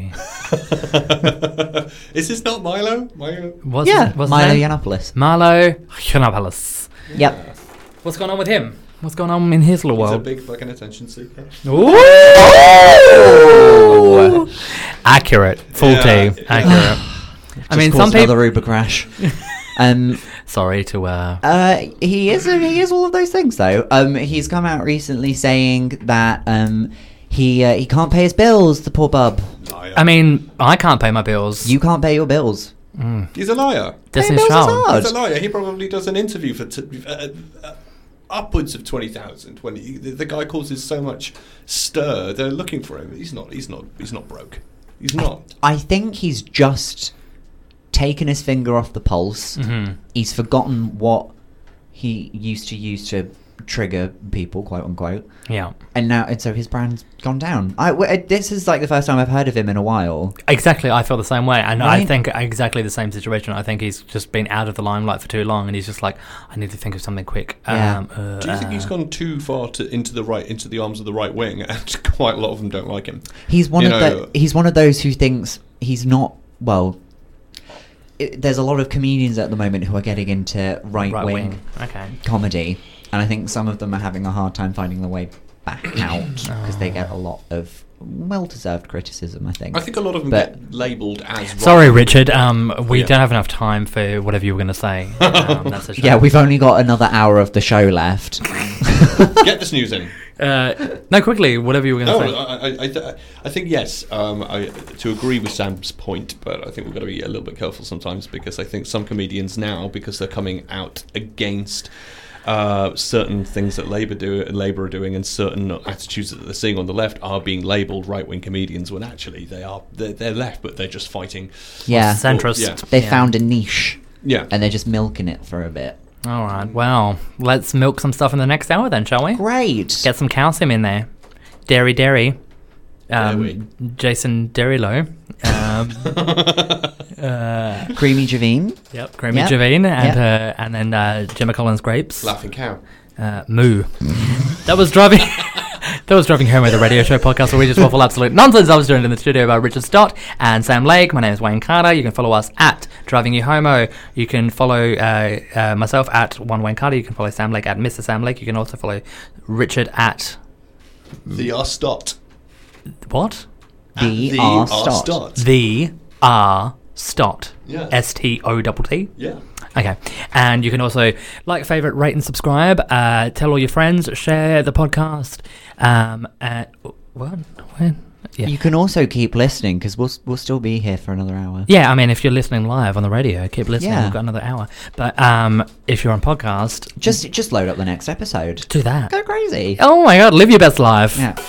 [SPEAKER 3] Is this not Milo? Milo.
[SPEAKER 1] What's
[SPEAKER 2] Yeah,
[SPEAKER 1] what's his
[SPEAKER 2] Milo
[SPEAKER 1] name?
[SPEAKER 2] Yiannopoulos.
[SPEAKER 1] Marlo Yiannopoulos.
[SPEAKER 2] Yep.
[SPEAKER 1] What's going on with him? What's going on in his little
[SPEAKER 3] He's a
[SPEAKER 1] world?
[SPEAKER 3] big fucking attention seeker.
[SPEAKER 1] Ooh! accurate, full
[SPEAKER 3] Yeah,
[SPEAKER 1] T,
[SPEAKER 3] yeah.
[SPEAKER 1] accurate. uh, I mean,
[SPEAKER 2] Just
[SPEAKER 1] some
[SPEAKER 2] caused another
[SPEAKER 1] people.
[SPEAKER 2] Uber crash. Um,
[SPEAKER 1] Sorry to uh,
[SPEAKER 2] Uh, he is he is all of those things though. Um, he's come out recently saying that um, he uh, he can't pay his bills. The poor bub.
[SPEAKER 3] Liar.
[SPEAKER 1] I mean, I can't pay my bills.
[SPEAKER 2] You can't pay your bills.
[SPEAKER 1] Mm.
[SPEAKER 3] he's a liar.
[SPEAKER 1] Destiny's
[SPEAKER 2] bills is
[SPEAKER 1] Child.
[SPEAKER 2] hard.
[SPEAKER 3] He's a liar. He probably does an interview for t- uh, uh, upwards of 20,000. 20, the, the guy causes so much stir. They're looking for him. He's not. He's not. He's not broke. He's not.
[SPEAKER 2] I think he's just taken his finger off the pulse.
[SPEAKER 1] Mhm.
[SPEAKER 2] He's forgotten what he used to use to trigger people, quote unquote.
[SPEAKER 1] Yeah.
[SPEAKER 2] And now, and so his brand's gone down. I w- uh, this is like the first time I've heard of him in a while.
[SPEAKER 1] Exactly, I feel the same way, and I
[SPEAKER 2] Right.
[SPEAKER 1] think exactly the same situation. I think he's just been out of the limelight for too long, and he's just like, I need to think of something quick.
[SPEAKER 2] Yeah.
[SPEAKER 1] uh,
[SPEAKER 3] Do you think he's
[SPEAKER 1] uh,
[SPEAKER 3] gone too far to, into the right, into the arms of the right wing, and quite a lot of them don't like him?
[SPEAKER 2] He's one
[SPEAKER 3] You
[SPEAKER 2] of
[SPEAKER 3] know- uh,
[SPEAKER 2] the, he's one of those who thinks he's not well. It, there's a lot of comedians at the moment who are getting into right,
[SPEAKER 1] right
[SPEAKER 2] wing,
[SPEAKER 1] wing? Okay.
[SPEAKER 2] comedy, and I think some of them are having a hard time finding their way back out because they
[SPEAKER 1] Oh.
[SPEAKER 2] get a lot of well-deserved criticism. I think.
[SPEAKER 3] I think a lot of them
[SPEAKER 2] But-
[SPEAKER 3] get labelled as. right.
[SPEAKER 1] Sorry, Richard. Um, we
[SPEAKER 3] Yeah.
[SPEAKER 1] don't have enough time for whatever you were going to say. Um, that's a shame.
[SPEAKER 2] yeah, we've only got another hour of the show left.
[SPEAKER 3] Get this news in.
[SPEAKER 1] Uh, no, quickly, whatever you were going
[SPEAKER 3] No,
[SPEAKER 1] to say.
[SPEAKER 3] I, I, I, th- I think yes. Um, I, to agree with Sam's point, but I think we've got to be a little bit careful sometimes because I think some comedians now, because they're coming out against uh, certain things that Labour do, Labour are doing, and certain attitudes that they're seeing on the left, are being labelled right-wing comedians when actually they are they're, they're left, but they're just fighting.
[SPEAKER 2] yeah,
[SPEAKER 1] Centrist.
[SPEAKER 3] Yeah.
[SPEAKER 2] they
[SPEAKER 1] Yeah.
[SPEAKER 2] found a niche
[SPEAKER 3] Yeah,
[SPEAKER 2] and they're just milking it for a bit.
[SPEAKER 1] All right. Well, let's milk some stuff in the next hour then, shall we?
[SPEAKER 2] Great.
[SPEAKER 1] Get some calcium in there. Dairy, dairy.
[SPEAKER 3] Dairy.
[SPEAKER 1] Um, Jason Derulo. Um, uh,
[SPEAKER 2] Creamy Javine.
[SPEAKER 1] yep, Creamy
[SPEAKER 2] Yep.
[SPEAKER 1] Javine, and
[SPEAKER 2] Yep.
[SPEAKER 1] uh, and then uh, Gemma Collins Grapes.
[SPEAKER 3] laughing cow.
[SPEAKER 1] Uh, moo. that was driving. That was Driving Home with the radio show podcast where we just waffle absolute nonsense. I was joined in the studio by Richard Stott and Sam Lake. My name is Wayne Carter. You can follow us at Driving You Homo. You can follow uh, uh, myself at One Wayne Carter. You can follow Sam Lake at Mr. Sam Lake. You can also follow Richard at
[SPEAKER 3] The R Stott.
[SPEAKER 1] what?
[SPEAKER 2] The
[SPEAKER 3] The
[SPEAKER 2] R
[SPEAKER 3] R
[SPEAKER 2] Stott.
[SPEAKER 3] Stott.
[SPEAKER 1] The R Stott.
[SPEAKER 3] Yeah.
[SPEAKER 1] S T O double T.
[SPEAKER 3] Yeah.
[SPEAKER 1] Okay. And you can also like, favorite, rate, and subscribe. Uh, tell all your friends. Share the podcast. Um, uh, what? When? Yeah.
[SPEAKER 2] You can also keep listening because we'll we'll still be here for another hour.
[SPEAKER 1] yeah, I mean, if you're listening live on the radio, keep listening.
[SPEAKER 2] Yeah.
[SPEAKER 1] We've got another hour. But um, if you're on podcast,
[SPEAKER 2] Just just load up the next episode.
[SPEAKER 1] do that.
[SPEAKER 2] Go crazy.
[SPEAKER 1] Oh my God, live your best life.
[SPEAKER 2] Yeah.